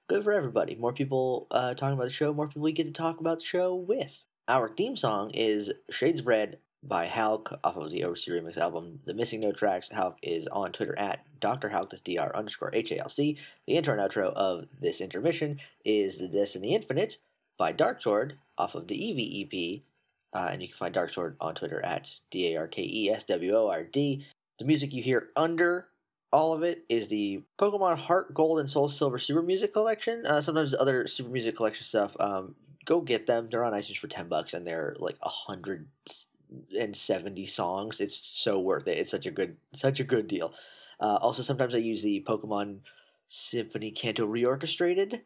good for everybody. More people uh, talking about the show, more people we get to talk about the show with. Our theme song is Shades of Red by Halk off of the Overseas Remix album, The Missing No Tracks. Halk is on Twitter at Dr. Halk, that's DR underscore H A L C. The intro and outro of this intermission is The Destiny Infinite by Dark Sword off of the E EV EP uh, and you can find Dark Sword on Twitter at D A R K E S W O R D. The music you hear under all of it is the Pokemon Heart Gold and Soul Silver Super Music Collection. Uh, sometimes other Super Music Collection stuff. Um, go get them. They're on iTunes for ten bucks, and they're like a hundred and seventy songs. It's so worth it. It's such a good, such a good deal. Uh, also, sometimes I use the Pokemon Symphony Canto Reorchestrated,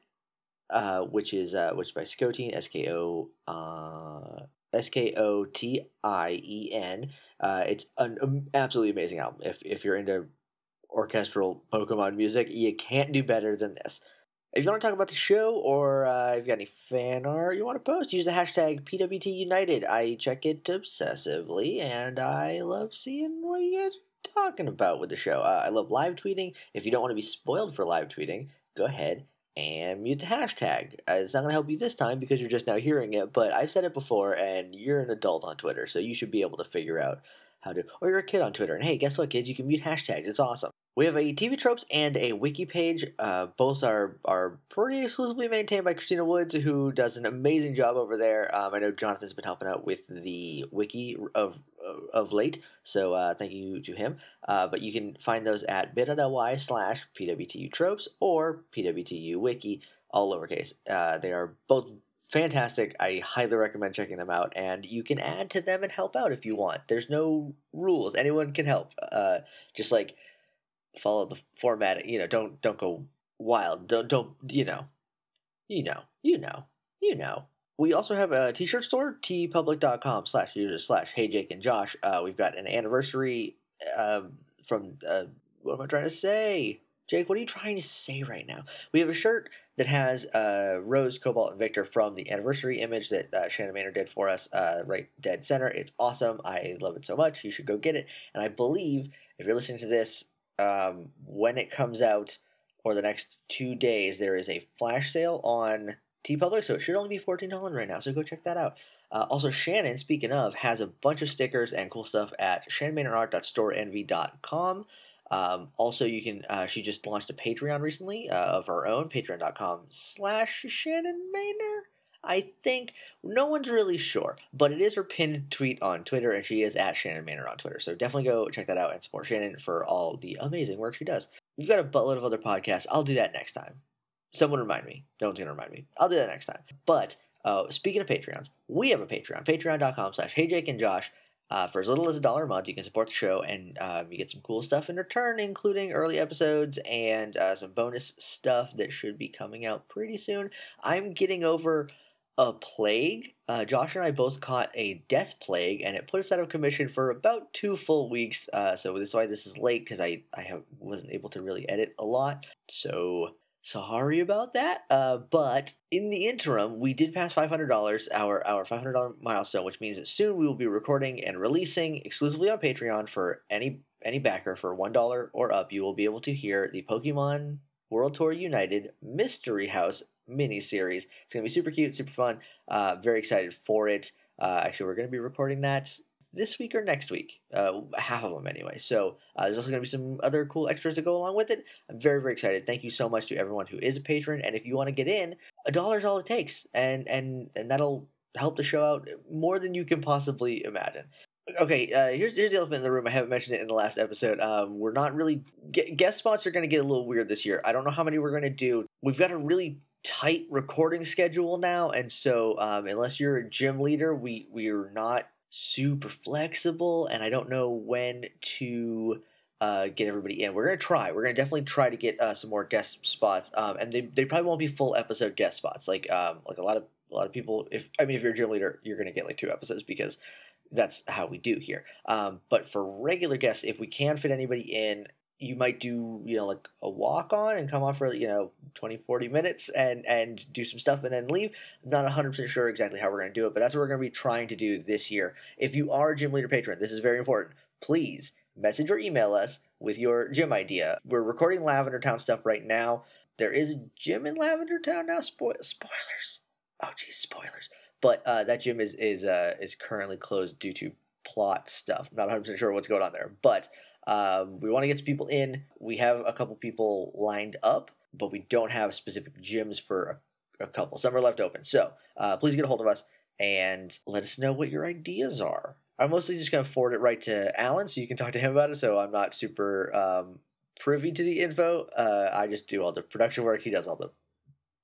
uh, which is uh, which is by Scotine S K O. Uh, S K O T I E N. Uh, it's an um, absolutely amazing album. If if you're into orchestral Pokemon music, you can't do better than this. If you want to talk about the show or uh, if you got any fan art you want to post, use the hashtag PWTUnited. I check it obsessively and I love seeing what you guys are talking about with the show. Uh, I love live tweeting. If you don't want to be spoiled for live tweeting, go ahead and mute the hashtag. Uh, It's not going to help you this time because you're just now hearing it, but I've said it before, and you're an adult on Twitter, so you should be able to figure out how to. Or you're a kid on Twitter, and hey, guess what, kids? You can mute hashtags. It's awesome. We have a TV Tropes and a Wiki page. Uh, both are, are pretty exclusively maintained by Christina Woods, who does an amazing job over there. Um, I know Jonathan's been helping out with the Wiki of, of- of late, so uh, thank you to him. Uh, but you can find those at bit.ly slash pwtu tropes or pwtu wiki, all lowercase. Uh, they are both fantastic. I highly recommend checking them out, and you can add to them and help out if you want. There's no rules; anyone can help. Uh, just like follow the format. You know, don't don't go wild. Don't don't you know, you know, you know, you know. We also have a t-shirt store, tpublic.com slash user slash hey Jake and Josh. Uh, we've got an anniversary um, from uh, what am I trying to say? Jake, what are you trying to say right now? We have a shirt that has uh, Rose, Cobalt, and Victor from the anniversary image that uh, Shannon Manor did for us uh, right dead center. It's awesome. I love it so much. You should go get it. And I believe if you're listening to this um, when it comes out or the next two days, there is a flash sale on T Public, so it should only be $14 right now. So go check that out. Uh, also, Shannon, speaking of, has a bunch of stickers and cool stuff at shannonmanorart.storeenvy.com. Um, also, you can uh, she just launched a Patreon recently uh, of her own, patreon.com slash Shannon Maynor. I think no one's really sure, but it is her pinned tweet on Twitter, and she is at Shannon Maynor on Twitter. So definitely go check that out and support Shannon for all the amazing work she does. We've got a buttload of other podcasts. I'll do that next time. Someone remind me. No one's gonna remind me. I'll do that next time. But uh, speaking of Patreons, we have a Patreon, patreon.com slash hey Jake and Josh. Uh, for as little as a dollar a month, you can support the show and um, you get some cool stuff in return, including early episodes and uh, some bonus stuff that should be coming out pretty soon. I'm getting over a plague. Uh, Josh and I both caught a death plague, and it put us out of commission for about two full weeks. Uh, so that's why this is late because I I have, wasn't able to really edit a lot. So Sorry about that. Uh, but in the interim, we did pass five hundred dollars, our our five hundred dollar milestone, which means that soon we will be recording and releasing exclusively on Patreon for any any backer for one dollar or up. You will be able to hear the Pokemon World Tour United Mystery House mini series. It's gonna be super cute, super fun. Uh, very excited for it. Uh, actually, we're gonna be recording that this week or next week. Uh, half of them anyway. So uh, there's also going to be some other cool extras to go along with it. I'm very very excited. Thank you so much to everyone who is a patron. And if you want to get in, a dollar's all it takes, and and and that'll help the show out more than you can possibly imagine. Okay, uh, here's here's the elephant in the room. I haven't mentioned it in the last episode. Um, we're not really gu- guest spots are going to get a little weird this year. I don't know how many we're going to do. We've got a really tight recording schedule now, and so um, unless you're a gym leader, we we're not super flexible and i don't know when to uh, get everybody in we're gonna try we're gonna definitely try to get uh, some more guest spots um, and they, they probably won't be full episode guest spots like um, like a lot of a lot of people if i mean if you're a gym leader you're gonna get like two episodes because that's how we do here um, but for regular guests if we can fit anybody in you might do you know like a walk on and come on for you know 20 40 minutes and and do some stuff and then leave i'm not 100% sure exactly how we're going to do it but that's what we're going to be trying to do this year if you are a gym leader patron this is very important please message or email us with your gym idea we're recording lavender town stuff right now there is a gym in lavender town now Spoil- spoilers oh geez spoilers but uh, that gym is is uh, is currently closed due to plot stuff I'm not 100% sure what's going on there but um, we want to get some people in. We have a couple people lined up, but we don't have specific gyms for a, a couple. Some are left open. So uh, please get a hold of us and let us know what your ideas are. I'm mostly just going to forward it right to Alan so you can talk to him about it. So I'm not super um, privy to the info. Uh, I just do all the production work. He does all the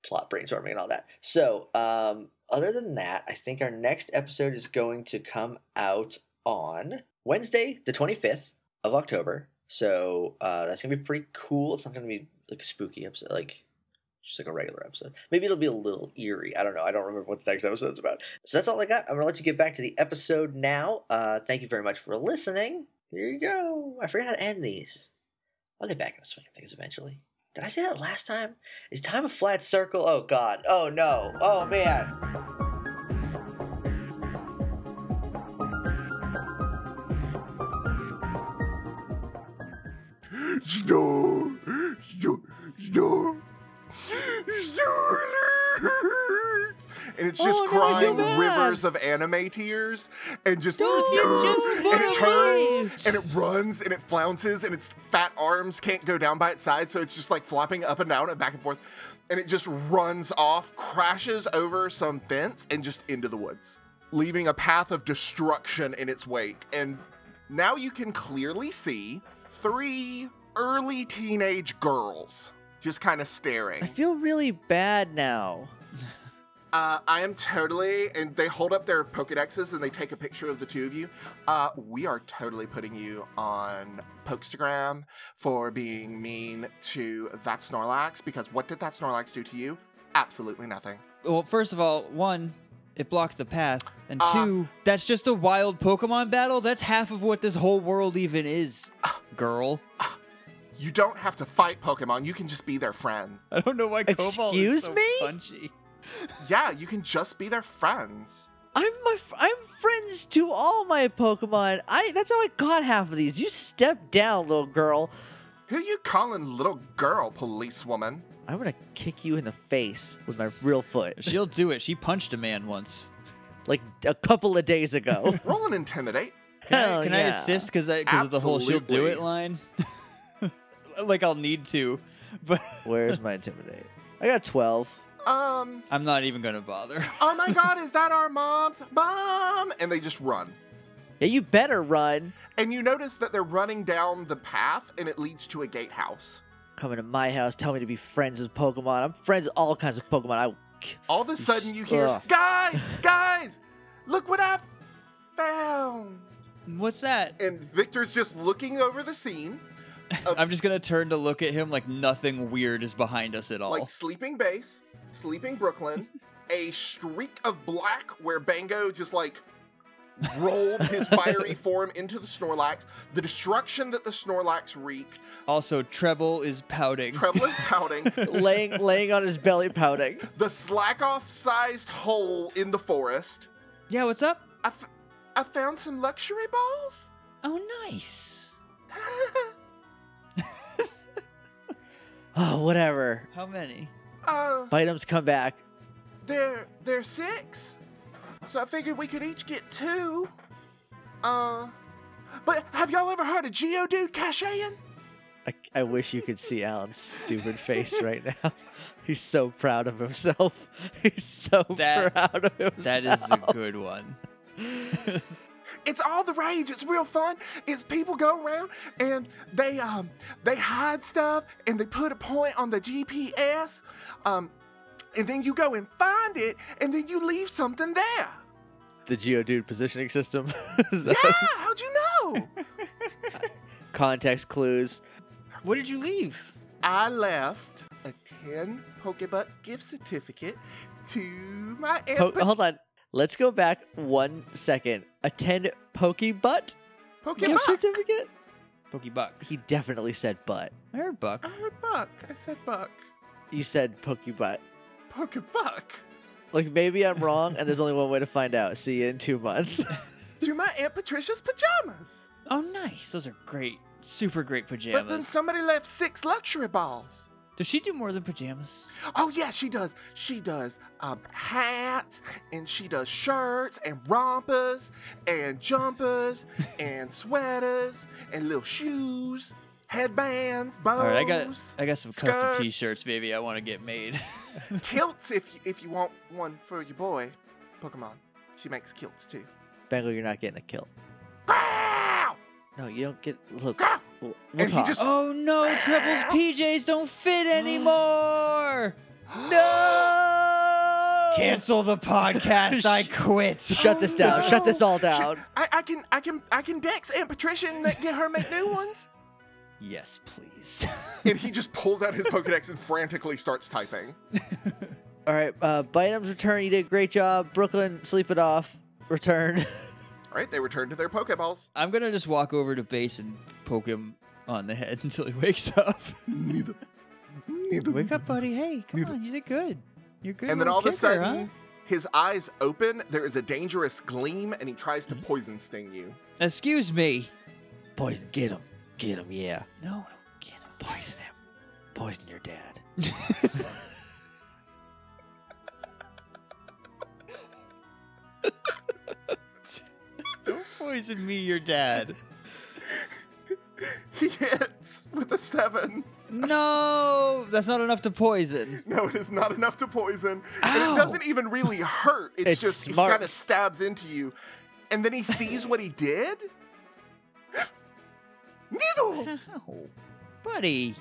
plot brainstorming and all that. So um, other than that, I think our next episode is going to come out on Wednesday, the 25th of October. So uh, that's gonna be pretty cool. It's not gonna be like a spooky episode, like just like a regular episode. Maybe it'll be a little eerie. I don't know. I don't remember what the next episode's about. So that's all I got. I'm gonna let you get back to the episode now. Uh, thank you very much for listening. Here you go. I forgot how to end these. I'll get back in the swing of things eventually. Did I say that last time? Is time a flat circle? Oh God. Oh no. Oh man. Snore, snore, snore, snore alert. And it's just Oh, no, crying you're mad. rivers of anime tears, and just, Don't you "Snore," just and it wanna turns leave? and it runs and it flounces and its fat arms can't go down by its side, so it's just like flopping up and down and back and forth, and it just runs off, crashes over some fence, and just into the woods, leaving a path of destruction in its wake. And now you can clearly see three early teenage girls just kind of staring. I feel really bad now. Uh, I am totally, and they hold up their Pokedexes and they take a picture of the two of you. Uh, we are totally putting you on Pokestagram for being mean to that Snorlax because what did that Snorlax do to you? Absolutely nothing. Well, first of all, one, it blocked the path, and Ah. two, that's just a wild Pokemon battle. That's half of what this whole world even is, girl. You don't have to fight Pokemon, you can just be their friend. I don't know why Cobalt Excuse is so me? punchy. Yeah, you can just be their friends. I'm my f- I'm friends to all my Pokemon. I that's how I got half of these. You step down, little girl. Who you calling little girl, policewoman? I'm gonna kick you in the face with my real foot, She'll do it. She punched a man once. like a couple of days ago. Roll and intimidate. Can, Hell I, can I yeah. assist because of the whole "she'll do Absolutely. it" line? like I'll need to, but Where's my intimidate? I got twelve. Um, I'm not even gonna bother. oh my god, is that our mom's mom? And they just run. Yeah, you better run. And you notice that they're running down the path and it leads to a gatehouse. Coming to my house, tell me to be friends with Pokemon. I'm friends with all kinds of Pokemon. I will k- All of a sudden you hear, Ugh. Guys, guys, look what I found. What's that? And Victor's just looking over the scene, I'm just gonna turn to look at him like nothing weird is behind us at all. like sleeping base, sleeping Brooklyn, a streak of black where Bango just like rolled his fiery form into the Snorlax. The destruction that the Snorlax wreaked, Also, Treble is pouting. Treble is pouting. laying laying on his belly, pouting. the slack off sized hole in the forest. Yeah, what's up? I, f- I found some luxury balls. Oh, nice. Oh, whatever. How many? uh, Vitam's come back. they're they're six, so I figured we could each get two. Uh, but have y'all ever heard of Geodude Cachean? I, I wish you could see Alan's stupid face right now. He's so proud of himself. He's so That- proud of himself. That is a good one. It's all the rage. It's real fun. It's people go around and they um they hide stuff and they put a point on the GPS, um, and then you go and find it and then you leave something there. the Geodude positioning system. Yeah, how'd you know? Context clues. What did you leave? I left a 10 Pokebuck gift certificate to my aunt. Po- hold on. Let's go back one second. A 10 Pokebutt oh, gift Pokebuck. certificate? Pokebuck. He definitely said butt. I heard Buck. I heard Buck. I said Buck. You said Pokebutt. Pokebuck. Like, maybe I'm wrong, and there's only one way to find out. See you in two months. To my Aunt Patricia's pajamas. Oh, nice. Those are great. Super great pajamas. But then somebody left six luxury balls. Does she do more than pajamas? Oh, yeah, she does. She does um, hats, and she does shirts, and rompers, and jumpers, and sweaters, and little shoes, headbands, bows. All right, I got I got some Oh, skirts. custom T-shirts. Maybe I want to get made. kilts if you, if you want one for your boy, Pokemon. She makes kilts too. Bangle, you're not getting a kill. Growl! No, you don't get. Look. Growl! We'll, we'll And he talk. just- oh no, Treble's PJs don't fit anymore. no! Cancel the podcast. I quit. Shut this down. no. Shut this all She- down. I, I can I can I can dex Aunt Patricia and let- get her make new ones. Yes, please. and he just pulls out his Pokedex and frantically starts typing. All right, uh, Bynum's return. You did a great job. Brooklyn, sleep it off. Return. All right, they return to their Pokeballs. I'm gonna just walk over to base and poke him on the head until he wakes up. Neither. Neither. Wake up, buddy. Hey, come Neither- on. You did good. You're a good. And then little all of a kicker, sudden, huh? his eyes open. There is a dangerous gleam, and he tries Hmm? to poison sting you. Excuse me. Boys, get him. Get him, yeah. No, don't get him. Poison him. Poison your dad. Don't poison me, your dad. He hits with a seven. No, that's not enough to poison. No, it is not enough to poison. And Ow. it doesn't even really hurt. It's, It's just smart. he kind of stabs into you. And then he sees what he did. Needle! Ow, buddy.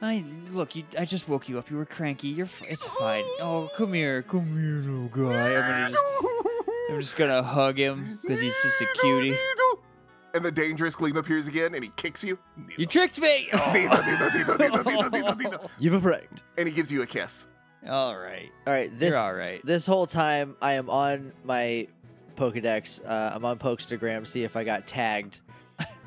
I look. You, I just woke you up. You were cranky. You're. f- It's fine. Oh, come here, come here, little guy. I'm gonna just, I'm just gonna hug him because he's just a cutie. And the dangerous gleam appears again and he kicks you. Needle. You tricked me. Needle, needle, needle, needle, needle, needle, needle. Oh. You've been pranked. And he gives you a kiss. All right. All right, this You're all right. this whole time I am on my Pokedex. Uh, I'm on Pokestagram. See if I got tagged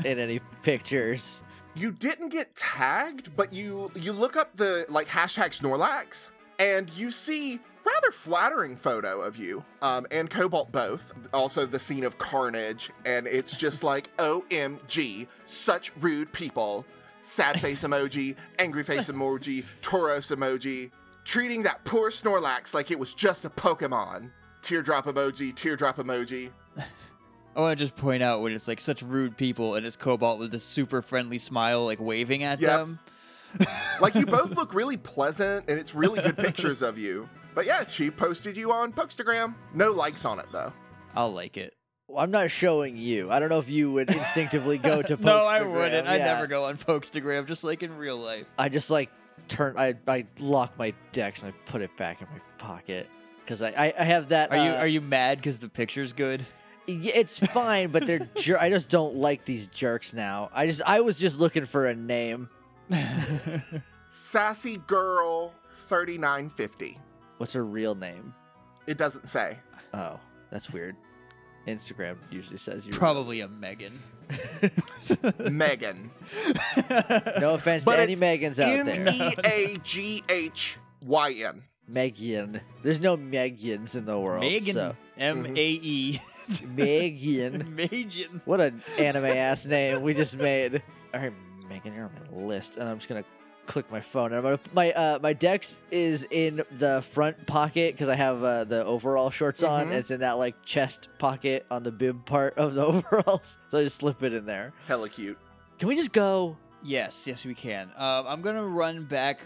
in any pictures. You didn't get tagged, but you you look up the like hashtag Snorlax and you see rather flattering photo of you um, and Cobalt both. Also the scene of carnage, and it's just like OMG, such rude people. Sad face emoji, angry face emoji, Tauros emoji, treating that poor Snorlax like it was just a Pokemon. Teardrop emoji, teardrop emoji. I want to just point out when it's like such rude people and it's Cobalt with this super friendly smile, like waving at Yep. them. Like you both look really pleasant, and it's really good pictures of you. But yeah, she posted you on Pokestagram. No likes on it though. I'll like it. Well, I'm not showing you. I don't know if you would instinctively go to Pokestagram. No, I wouldn't. I Yeah. never go on Pokestagram, just like in real life. I just like turn. I I lock my decks and I put it back in my pocket because I, I I have that. Are you uh, are you mad because the picture's good? y- It's fine, but they're. Jer- I just don't like these jerks now. I just I was just looking for a name. Sassy girl, thirty nine fifty. What's her real name? It doesn't say. Oh, that's weird. Instagram usually says you were. Probably a Megan. Megan. No offense But to any it's Megans out M there. E A G H Y N. Megan. There's no Megans in the world. Megan. So. Mm-hmm. M A E. Megan. Megan. What an anime ass name we just made. All right, Megan, you're on my list, and I'm just gonna click my phone. And I'm gonna my uh, my Dex is in the front pocket because I have uh, the overall shorts on. Mhm. It's in that like chest pocket on the bib part of the overalls, so I just slip it in there. Hella cute. Can we just go? Yes, yes, we can. Um, I'm gonna run back,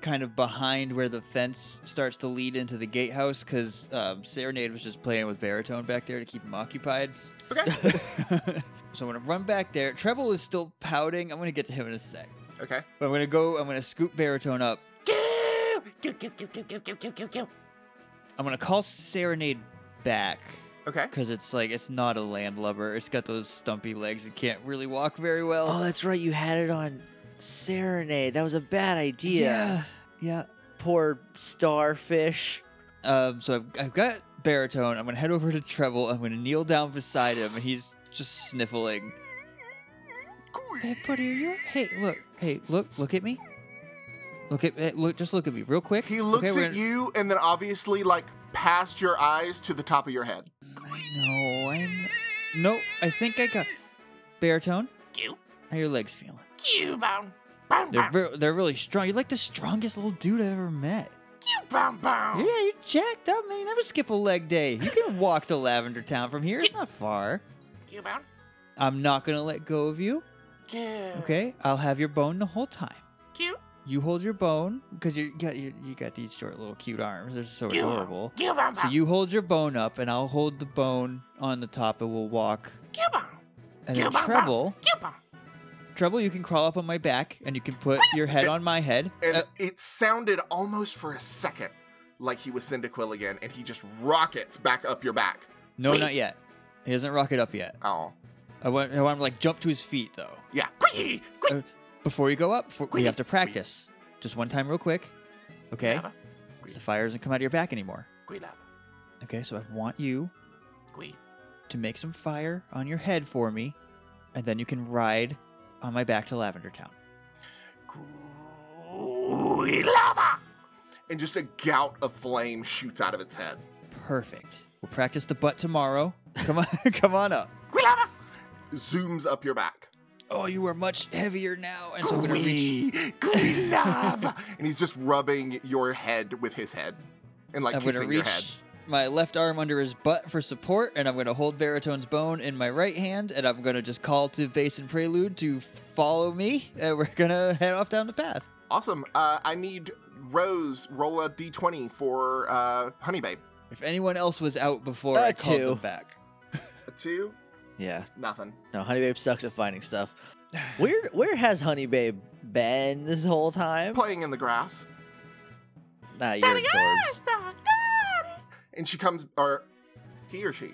kind of behind where the fence starts to lead into the gatehouse, because um, Serenade was just playing with baritone back there to keep him occupied. Okay. so I'm gonna run back there. Treble is still pouting. I'm gonna get to him in a sec. Okay. But I'm gonna go. I'm gonna scoop baritone up. I'm gonna call Serenade back Okay. because it's like it's not a landlubber. It's got those stumpy legs. It can't really walk very well. Oh, that's right. You had it on Serenade. That was a bad idea. yeah, yeah. Poor starfish. Um, so I've, I've got baritone. I'm gonna head over to treble. I'm gonna kneel down beside him, and he's just sniffling. Hey, buddy, are you? Hey, look. Hey, look. Look at me. Look at eh, look. Just look at me, real quick. He looks Okay, we're at gonna- you and then obviously like past your eyes to the top of your head. I know. I kn- No, I think I got baritone. How are your legs feeling? You bum bum They're ver- they're really strong. You're like the strongest little dude I ever met. bum bum. Yeah, you're jacked up, man. You never skip a leg day. You can walk to Lavender Town from here. It's not far. You bum. I'm not gonna let go of you. Okay, I'll have your bone the whole time. Cute. You hold your bone because you got you, you got these short little cute arms. They're so adorable. So you hold your bone up, and I'll hold the bone on the top, and we'll walk. And then treble, treble, you can crawl up on my back, and you can put your head on my head. And Uh, it sounded almost for a second like he was Cyndaquil again, and he just rockets back up your back. no, not yet. He doesn't rock it up yet. Oh, I want, I want him to like jump to his feet though. yeah. Whee! Whee! Uh, before you go up, for, we have to practice. Just one time, real quick. Okay. So the fire doesn't come out of your back anymore. Okay, so I want you to make some fire on your head for me, and then you can ride on my back to Lavender Town. And just a gout of flame shoots out of its head. Perfect. We'll practice the butt tomorrow. Come on, come on up. Zooms up your back. Oh, you are much heavier now, and so I'm gonna reach. Gui, gui lava. and he's just rubbing your head with his head. And like I'm gonna kissing your head. reach my left arm under his butt for support, and I'm gonna hold Baritone's bone in my right hand, and I'm gonna just call to Bass and Prelude to follow me, and we're gonna head off down the path. Awesome. Uh, I need Rose roll a d20 for uh, Honey Babe. If anyone else was out before, I Uh, called two. them back. A two, Yeah. nothing. No, Honey Babe sucks at finding stuff. Where where has Honey Babe been this whole time? Playing in the grass. Nah, you're adorbs. And she comes, or he or she,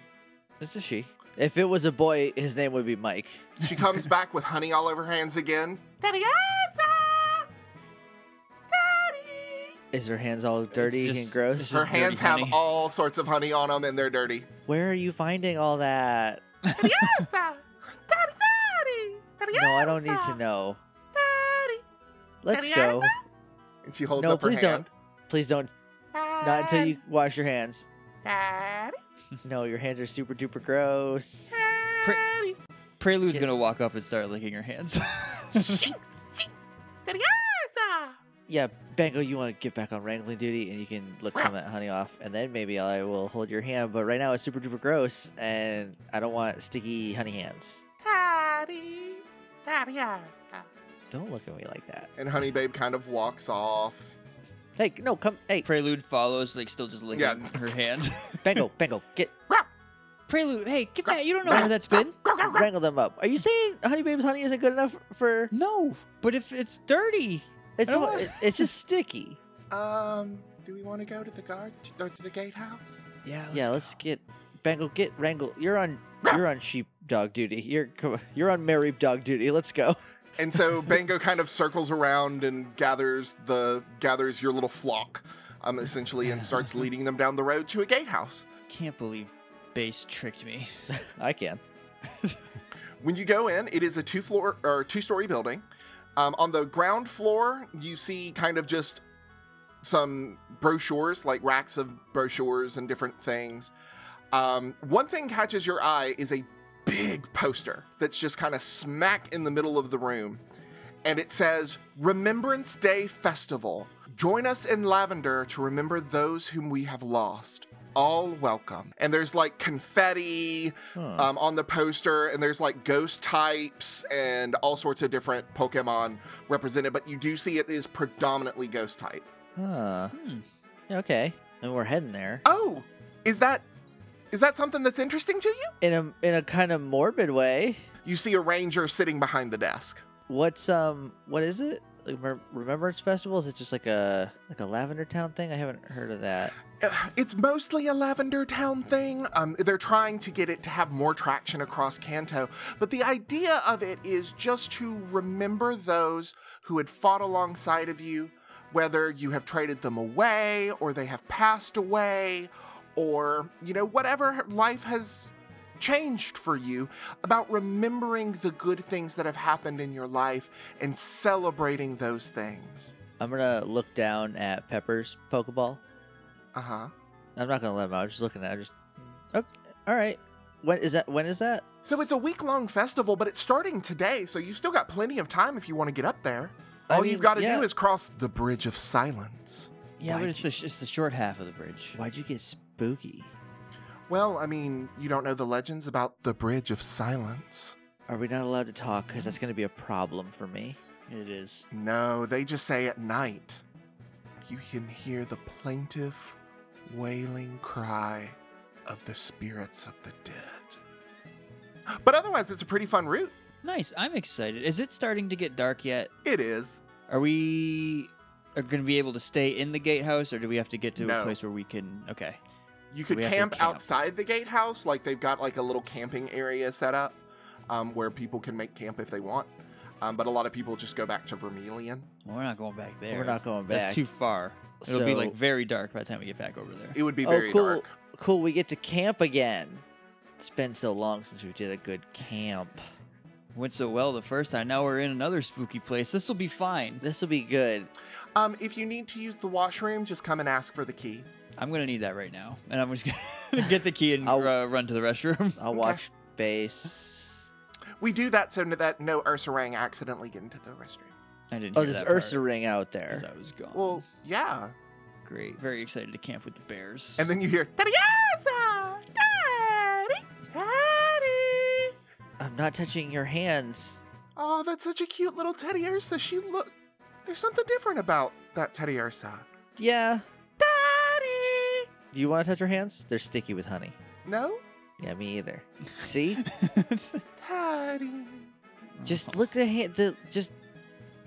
It's a she. If it was a boy, his name would be Mike. she comes back with honey all over her hands again. Is her hands all dirty just- and gross? it's Her just- dirty hands have honey. all sorts of honey on them and they're dirty. Where are you finding all that? No, I don't need to know. Let's go. And she holds No, up her please hand. don't. Please don't. Not until you wash your hands. No, your hands are super duper gross. Pre- Prelude's gonna walk up and start licking her hands. Yeah, Bango, you want to get back on wrangling duty and you can look some of that honey off, and then maybe I will hold your hand. But right now it's super duper gross, and I don't want sticky honey hands. Don't look at me like that. And Honey Babe kind of walks off. Hey, no, come. Hey, Prelude follows, like still just licking Yeah. her hand. Bango, Bango, get Prelude, hey, get that! You don't know where that's been. wrangle them up. Are you saying Honey Babe's honey isn't good enough for? No, but if it's dirty, It's I don't all, want- it- it's just sticky. Um, do we want to go to the guard or to the gatehouse? yeah, let's yeah, go. let's get Bango, get wrangle. You're on you're on sheepdog duty. You're come on, you're on merry dog duty. Let's go. And so Bango kind of circles around and gathers the gathers your little flock, um, essentially, and starts leading them down the road to a gatehouse. Can't believe base tricked me. I can. When you go in, it is a two floor or two story building. Um, on the ground floor, you see kind of just some brochures, like racks of brochures and different things. Um, one thing catches your eye is a big poster that's just kind of smack in the middle of the room. And it says, Remembrance Day Festival. Join us in lavender to remember those whom we have lost. All welcome. And there's like confetti, Huh. um, on the poster, and there's like ghost types and all sorts of different Pokemon represented, but you do see it is predominantly ghost type. Huh. Hmm. Okay. And we're heading there Oh, is that is that something that's interesting to you? in a in a kind of morbid way. You see a ranger sitting behind the desk. What's um what is it? Like, Remem- Remembrance Festival? Is it just like a like a Lavender Town thing? I haven't heard of that. Uh, It's mostly a Lavender Town thing. Um, they're trying to get it to have more traction across Kanto, but the idea of it is just to remember those who had fought alongside of you, whether you have traded them away or they have passed away, or you know whatever life has changed for you. About remembering the good things that have happened in your life and celebrating those things. I'm gonna look down at Pepper's Pokeball. Uh huh. I'm not gonna let him. out. I was just looking at. It. I just. Okay. All right. When is that? When is that? So it's a week long festival, but it's starting today, so you've still got plenty of time if you want to get up there. I All mean, you've got to yeah. do is cross the Bridge of Silence. Yeah, Why'd but it's you- the sh- it's the short half of the bridge. Why'd you get spooky? Well, I mean, you don't know the legends about the Bridge of Silence. Are we not allowed to talk? Because that's gonna be a problem for me. It is. No, they just say at night. You can hear the plaintive, wailing cry of the spirits of the dead. But otherwise, it's a pretty fun route. Nice. I'm excited. Is it starting to get dark yet? It is. Are we are going to be able to stay in the gatehouse, or do we have to get to No. a place where we can? Okay. You could We have camp, to camp. outside the gatehouse. Like they've got like a little camping area set up um, where people can make camp if they want. Um, but a lot of people just go back to Vermilion. Well, we're not going back there. We're not going back. That's too far. It'll be like So- very dark by the time we get back over there. It would be Oh, very cool. dark. Cool. We get to camp again. It's been so long since we did a good camp. Went so well the first time. Now we're in another spooky place. This will be fine. This will be good. Um, if you need to use the washroom, just come and ask for the key. I'm gonna need that right now, and I'm just gonna get the key and I'll- uh, run to the restroom. I'll Okay. watch base. We do that so that no Ursaring accidentally get into the restroom. I didn't. Oh, hear there's that part Ursa ring out 'cause there. I was gone. Well, yeah. great. Very excited to camp with the bears. And then you hear Daddy Ursa, Daddy, Daddy. I'm not touching your hands. Oh, that's such a cute little Teddy Ursa. She look. There's something different about that Teddy Ursa. Yeah. Daddy! Do you want to touch your hands? They're sticky with honey. No? Yeah, me either. See? Daddy. Just look the hand. The just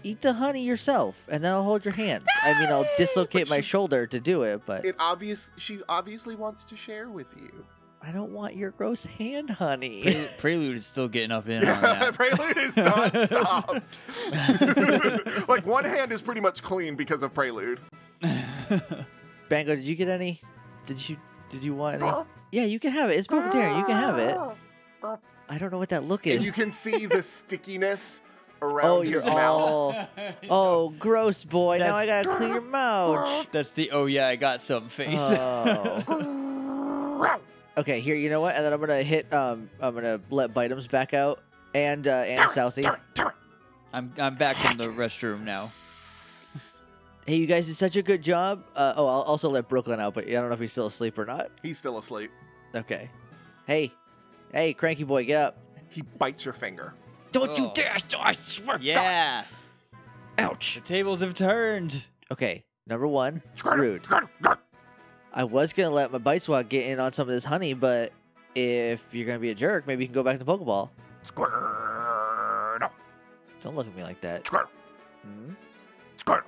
eat the honey yourself, and then I'll hold your hand. I mean, I'll Daddy! dislocate But my she- shoulder to do it, but It obvious she obviously wants to share with you. I don't want your gross hand, honey. Prelu- Prelude is still getting up in on Oh, Yeah, that. Prelude is not stopped. like one hand is pretty much clean because of Prelude. Bango, did you get any? Did you did you want any? Yeah, you can have it. It's momentary. You can have it. I don't know what that look And is. you can see the stickiness around oh, you're his mouth. all. Oh, gross boy. now I That's- gotta clean your mouth. That's the oh yeah, I got some face. Oh. Okay, here, you know what? And then I'm gonna hit um I'm gonna let Bitems back out and uh and Southie. I'm I'm back in the restroom now. Hey you guys did such a good job. Uh, oh I'll also let Brooklyn out, but I don't know if he's still asleep or not. He's still asleep. Okay. Hey. Hey, cranky boy, get up. He bites your finger. Don't you Oh. dare I swear to God. Yeah, Ouch. the tables have turned. Okay, number one, rude. I was gonna let my bite swat get in on some of this honey, but if you're gonna be a jerk, maybe you can go back to the Pokeball. Squirtle. Don't look at me like that. Squirtle. Hmm? Squirtle.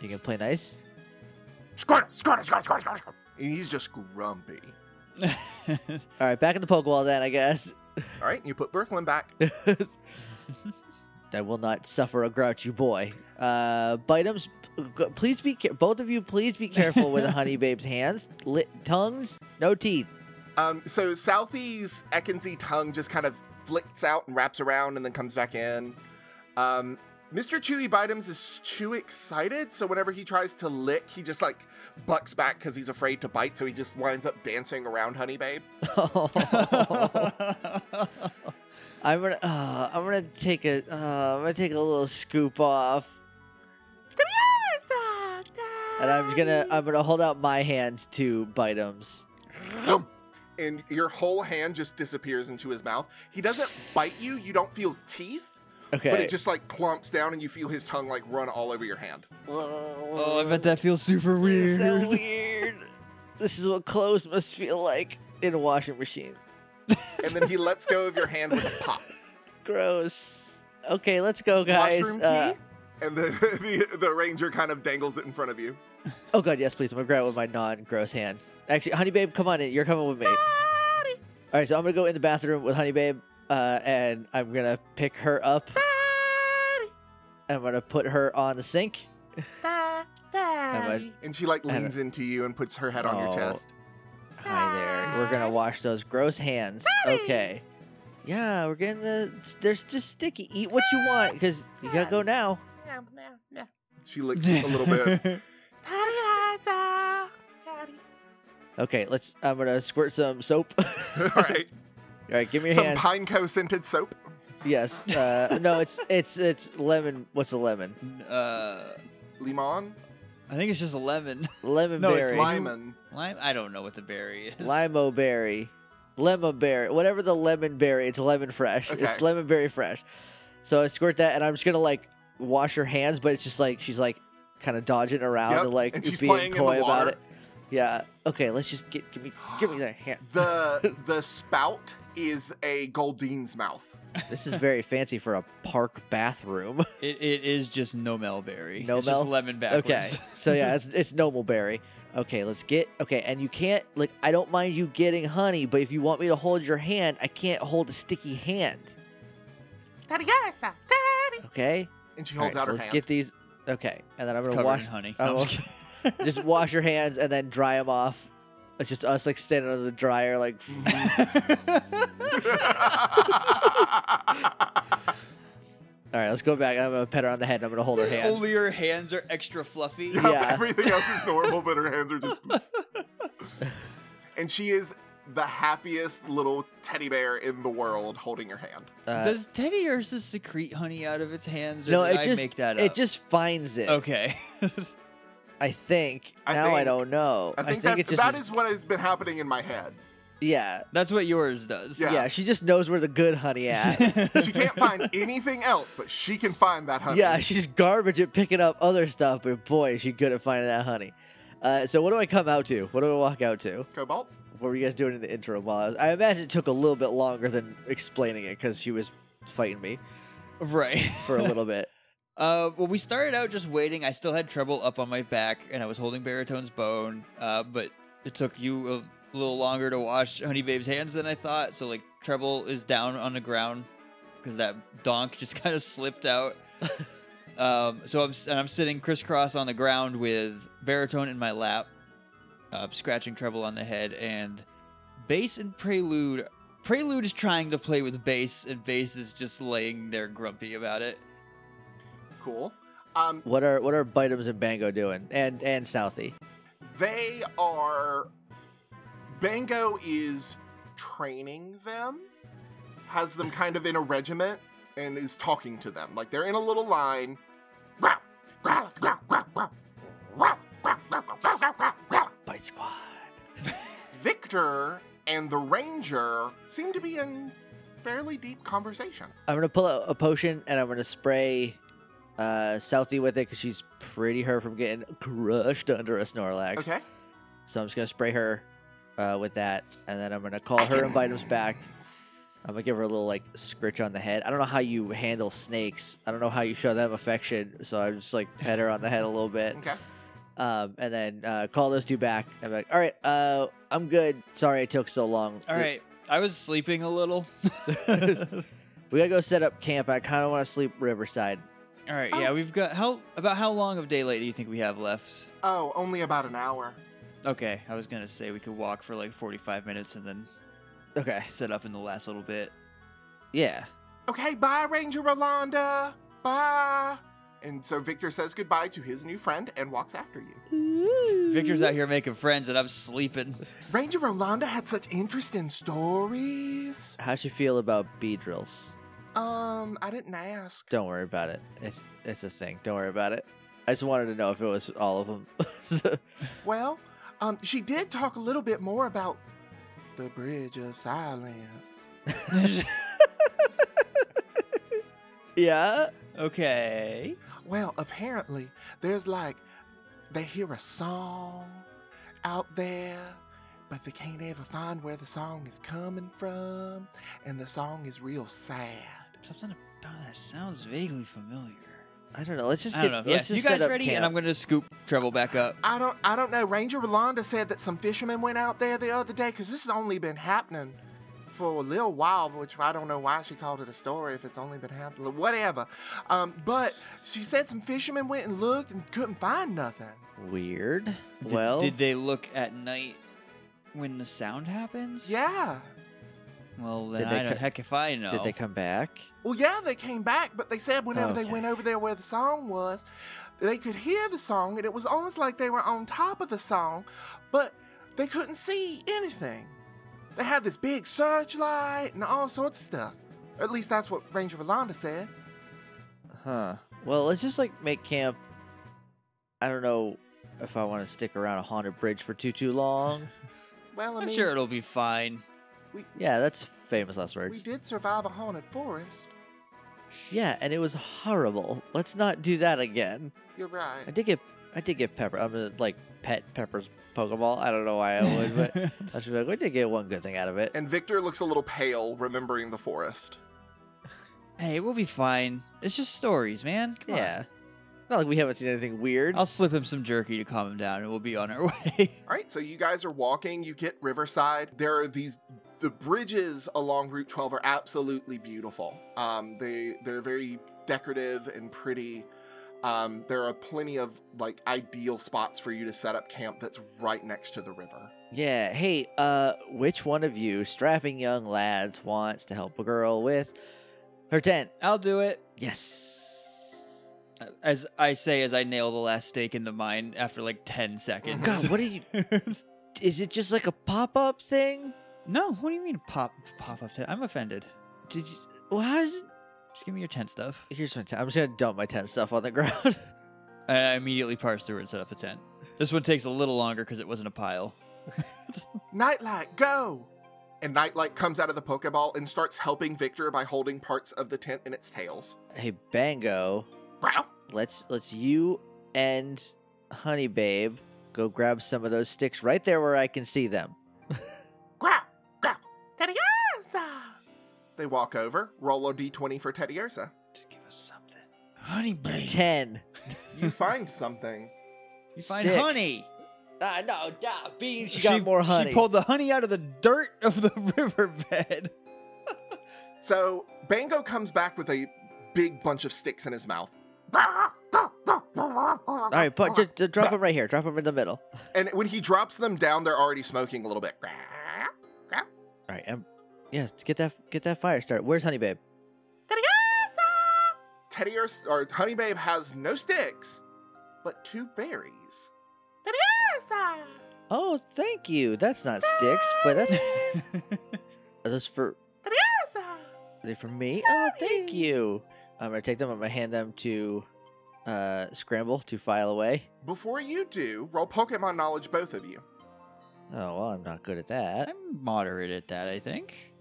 You gonna play nice? Squirtle. Squirtle. Squirtle. Squirtle. Squirtle. And he's just grumpy. Oh, All right, back in the Pokeball then, I guess. All right, you put Brooklyn back. I will not suffer a grouchy boy. Uh, Bitems, g- please be care- both of you. Please be careful with a honey babe's hands, li- tongues, no teeth. Um, so Southie's Ekinsey tongue just kind of flicks out and wraps around and then comes back in. Um, Mr. Chewy Bitems is too excited, so whenever he tries to lick, he just like bucks back because he's afraid to bite, so he just winds up dancing around Honey Babe. I'm gonna, uh, I'm gonna take a, uh, I'm gonna take a little scoop off, and I'm gonna, um, I'm gonna hold out my hand to Bitems. and your whole hand just disappears into his mouth. He doesn't bite you, you don't feel teeth, Okay. but it just like clumps down and you feel his tongue like run all over your hand. oh, I bet that feels super weird. so weird. This is what clothes must feel like in a washing machine. And then he lets go of your hand with a pop. Gross. Okay, let's go, guys. Washroom Uh, key? And the, the the ranger kind of dangles it in front of you. oh god, yes, please. I'm gonna grab it with my non-gross hand. Actually, Honey Babe, come on in. You're coming with me. Ah! All right, so I'm gonna go in the bathroom with Honey Babe, uh, and I'm gonna pick her up. I'm gonna put her on the sink. I'm gonna- And she like And- leans into you and puts her head on your Oh. chest. Hi there. We're Ah! gonna wash those gross hands. Okay. Yeah, we're getting the. They're just sticky. Eat what you want, cause you gotta go now. She licks a little bit. Okay, let's. I'm gonna squirt some soap. All All right. right, give me your Some hands. pineco scented soap. Yes. Uh, no, it's it's it's lemon. What's a lemon? uh, Limon? I think it's just a lemon. Lemon No, it's berry. lime- Lyman. Lime? I don't know what the berry is. Limo berry. Lemon berry. Whatever the lemon berry. It's lemon fresh. It's Okay. lemon berry fresh. So I squirt that, and I'm just gonna like wash her hands, but it's just like she's like kind of dodging around Yep, and like and she's being playing in the coy about water. it. Yeah. Okay. Let's just get give me give me that hand. The the spout is a Goldine's mouth. This is very fancy for a park bathroom. It, it is just no melberry. No it's just mel? lemon Okay. backwards. so yeah, it's it's Nobleberry. Okay, let's get okay, and you can't like I don't mind you getting honey, but if you want me to hold your hand, I can't hold a sticky hand. Okay? And she All holds right, out so her let's hand. get these okay, and then I'm It's gonna covered wash in honey. I'm No, I'm wa- just just wash your hands and then dry them off. It's just us like standing under the dryer like Alright, let's go back. I'm gonna pet her on the head and I'm gonna hold her kidding. hand. Only your hands are extra fluffy. Yep, Yeah. Everything else is normal, but her hands are just. and she is the happiest little teddy bear in the world holding your hand. Uh, Does Teddy Ursus secrete honey out of its hands, or no, did it I just make that up? it just finds it. okay. I think. I now I think- don't know. I think, it that's, just that is- is what has been happening in my head. yeah. That's what yours does. Yeah. Yeah, she just knows where the good honey at. She can't find anything else, but she can find that honey. Yeah, she's garbage at picking up other stuff, but boy, is she good at finding that honey. Uh, so what do I come out to? What do I walk out to? Cobalt. What were you guys doing in the intro? While I, was, I imagine it took a little bit longer than explaining it because she was fighting me Right. for a little bit. Uh, well, we started out just waiting. I still had treble up on my back, and I was holding Baritone's bone. Uh, but it took you a little longer to wash Honey Babe's hands than I thought. So like treble is down on the ground because that donk just kind of slipped out. um, so I'm s- and I'm sitting crisscross on the ground with Baritone in my lap, uh, scratching treble on the head, and bass and prelude. Prelude is trying to play with bass, and bass is just laying there grumpy about it. Cool. Um, What are what are Bitems and Bango doing? And and Southie. they are. Bango is training them, has them kind of in a regiment, and is talking to them. Like they're in a little line. Growl, growl, growl, growl, growl, growl, growl, growl, growl, growl, growl, growl. Bite Squad. Victor and the ranger seem to be in fairly deep conversation. I'm gonna pull out a potion and I'm gonna spray uh, Southie with it because she's pretty hurt from getting crushed under a Snorlax. Okay. So I'm just gonna spray her uh, with that, and then I'm gonna call her and Vitam's back. I'm gonna give her a little like scritch on the head. I don't know how you handle snakes. I don't know how you show them affection. So I just like pet her on the head a little bit, Okay. um, and then uh, call those two back. I'm like, all right, uh, I'm good. Sorry it took so long. All We- right. I was sleeping a little. All we, gotta go set up camp. I kind of want to sleep Riverside. right. Yeah, we've got how about how long of daylight do you think we have left? Oh, only about an hour. Okay, I was gonna say we could walk for like 45 minutes and then Okay. set up in the last little bit. Yeah. Okay, bye, Ranger Rolanda. Bye. And so Victor says goodbye to his new friend and walks after you. Victor's out here making friends and I'm sleeping. Ranger Rolanda had such interesting stories. How'd you feel about bee drills? Um, I didn't ask. Don't worry about it. It's it's this thing. Don't worry about it. I just wanted to know if it was all of them. So- Well, um, she did talk a little bit more about the Bridge of Silence. yeah. okay. Well, apparently, there's like, they hear a song out there, but they can't ever find where the song is coming from, and the song is real sad. Something about that sounds vaguely familiar. I don't know. Let's just I get. don't know. Yeah, Let's you just guys set up ready? Camp. And I'm gonna scoop Treble back up. I don't, I don't know. Ranger Rolanda said that some fishermen went out there the other day, because this has only been happening for a little while, which I don't know why she called it a story if it's only been happening. Whatever. Um, but she said some fishermen went and looked and couldn't find nothing. Weird. Did- well, did they look at night when the sound happens? Yeah. Well, Did then they I don't, co- heck if I know. did they come back? Well, yeah, they came back, but they said whenever they Okay. went over there where the song was, they could hear the song, and it was almost like they were on top of the song, but they couldn't see anything. They had this big searchlight and all sorts of stuff. At least that's what Ranger Rolanda said. Huh. Well, let's just like make camp. I don't know if I want to stick around a haunted bridge for too too long. Well, I I'm mean, sure it'll be fine. Yeah, that's famous last we words. did survive a haunted forest. Yeah, and it was horrible. Let's not do that again. You're right. I did get I did get Pepper. I'm gonna like pet Pepper's Pokeball. I don't know why I would, but I was like, we did get one good thing out of it. And Victor looks a little pale remembering the forest. hey, we'll be fine. It's just stories, man. Come yeah. Not like we haven't seen anything weird. on. I'll slip him some jerky to calm him down, and we'll be on our way. All right, so you guys are walking, you get Riverside. There are these the bridges along Route 12 are absolutely beautiful. Um they they're very decorative and pretty. Um there are plenty of like ideal spots for you to set up camp that's right next to the river. yeah. Hey, uh, which one of you strapping young lads wants to help a girl with her tent? I'll do it. Yes. As I say, as I nail the last stake into mine after like 10 seconds. God, what are you? Is it just like a pop up thing? no, what do you mean pop pop up tent? I'm offended. Did you? Well, how does? Just give me your tent stuff. Here's my tent. I'm just gonna dump my tent stuff on the ground. And I immediately parsed through and set up a tent. This one takes a little longer because it wasn't a pile. Nightlight, go. And Nightlight comes out of the Pokeball and starts helping Victor by holding parts of the tent in its tails. hey, Bango. Wow. let's let's you and honey babe go grab some of those sticks right there where i can see them Growl, growl, Teddy Ursa. They walk over, roll a d20 for Teddy Ursa. Just give us something. Honey, babe. 10 You find something. You find Sticks. honey. Ah, no, nah, beans. She got more honey. She pulled the honey out of the dirt of the riverbed. So Bango comes back with a big bunch of sticks in his mouth. all right but just, just drop them right here drop them in the middle all And when he drops them down, they're already smoking a little bit. right and yes get that get that fire started where's honey babe Teddy Urs- or Honey Babe has no sticks, but two berries. Teddy Ursa! oh thank you that's not sticks but that's are those for are Teddy Ursa! they for me oh thank you i'm gonna take them i'm gonna hand them to uh scramble to file away Before you do, roll Pokemon knowledge, both of you. oh well i'm not good at that I'm moderate at that, I think.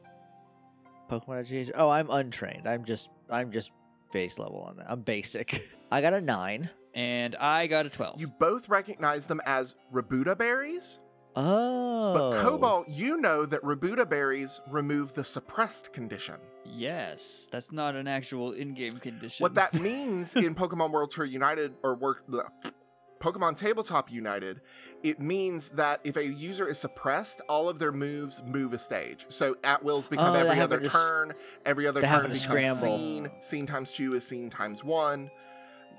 Pokemon education. Oh, I'm untrained. I'm just I'm just base level on that. I'm basic. I got a nine. And I got a 12. You both recognize them as Rabuda berries, Oh, but Cobalt, you know that Rabuda berries remove the suppressed condition. Yes, that's not an actual in-game condition. What that means in Pokemon World Tour United or work bleh, Pokemon Tabletop United, it means that if a user is suppressed, all of their moves move a stage. So at wills become Oh, that every other happened to s- turn, every other that turn happened becomes to Scramble. seen, seen times two is seen times one.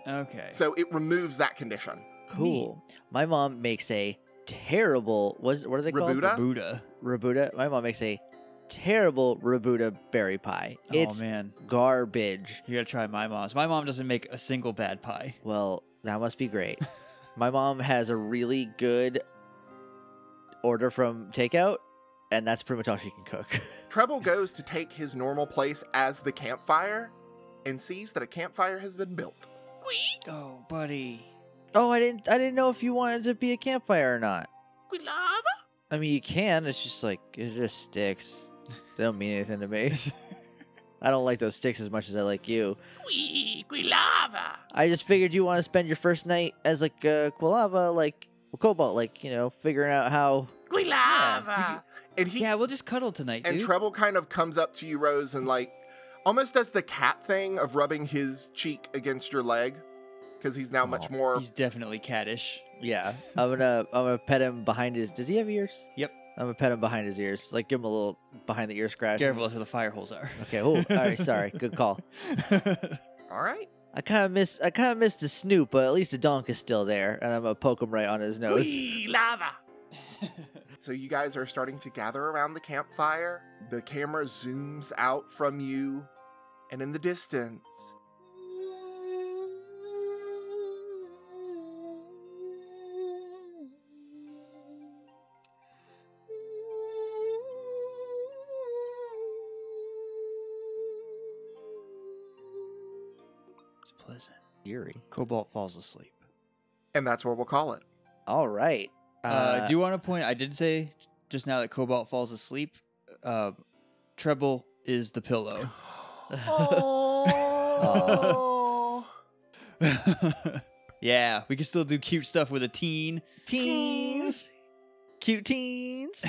Okay. So it removes that condition. cool. My mom makes a terrible. Was what are they Rebuda? called? Buddha. Rabuda. My mom makes a terrible Rabuda berry pie. it's oh man, garbage. you gotta try my mom's. My mom doesn't make a single bad pie. Well, that must be great. My mom has a really good order from takeout, and that's pretty much all she can cook. Treble goes to take his normal place as the campfire and sees that a campfire has been built. Oh, buddy. oh, I didn't I didn't know if you wanted to be a campfire or not. We love I mean, you can. It's just like it just sticks. They don't mean anything to me. I don't like those sticks as much as I like you. we, we lava. I just figured you want to spend your first night as like uh, Quilava, like well, Cobalt, like you know, figuring out how. We lava. And he Yeah, we'll just cuddle tonight, and dude. Treble kind of comes up to you, Rose, and like almost does the cat thing of rubbing his cheek against your leg. Because he's now much Aw, more He's definitely caddish. Yeah, I'm gonna I'm gonna pet him behind his. Does he have ears? Yep. I'm gonna pet him behind his ears, like give him a little behind the ear scratch. Careful, that's where the fire holes are. Okay. Oh, all right. Sorry. Good call. all right. I kind of missed I kind of missed the Snoop, but at least the donk is still there, and I'm gonna poke him right on his nose. We lava. So you guys are starting to gather around the campfire. The camera zooms out from you, and in the distance, it's pleasant. Eerie. Cobalt falls asleep. and that's where we'll call it. All right. Uh, do you want to point? I did say just now that Cobalt falls asleep. Uh, Treble is the pillow. oh. yeah, we can still do cute stuff with a teen. teens? Cute teens.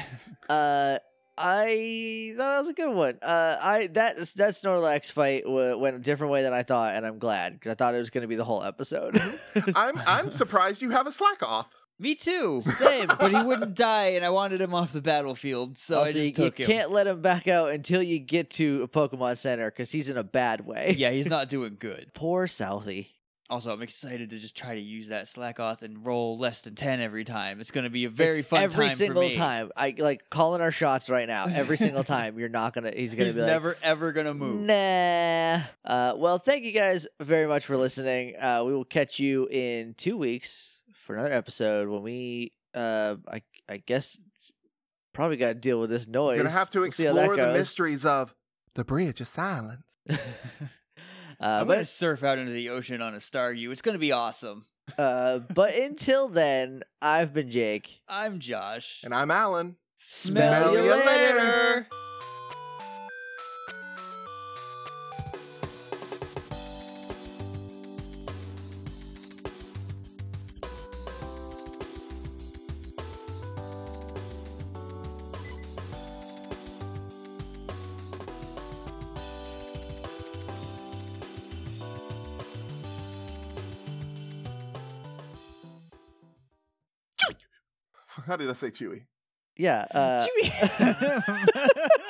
uh, I thought that was a good one. Uh, I that that Snorlax fight w- went a different way than I thought, and I'm glad 'cause I thought it was gonna be the whole episode. Mm-hmm. I'm I'm surprised you have a slack off. Me too. Same. but he wouldn't die, and I wanted him off the battlefield, so I Also, just you, took you him. can't let him back out until you get to a Pokemon Center because he's in a bad way. Yeah, he's not doing good. Poor Southie. Also, I'm excited to just try to use that Slackoth and roll less than ten every time. It's going to be a very It's fun every time single for me. time. I like calling our shots right now. Every single time, you're not gonna. He's gonna He's be never ever going to like, move. nah. Uh, well, thank you guys very much for listening. Uh, we will catch you in two weeks for another episode when we, uh, I, I guess, probably got to deal with this noise. You're gonna have to We'll see how that explore the goes. mysteries of the Bridge of Silence. uh, I'm going to but surf out into the ocean on a Star U. It's going to be awesome. uh, but until then, I've been Jake. I'm Josh. And I'm Alan. Smell, you ya later. later. How did I say Chewy? Yeah. Uh, Uh, Chewie.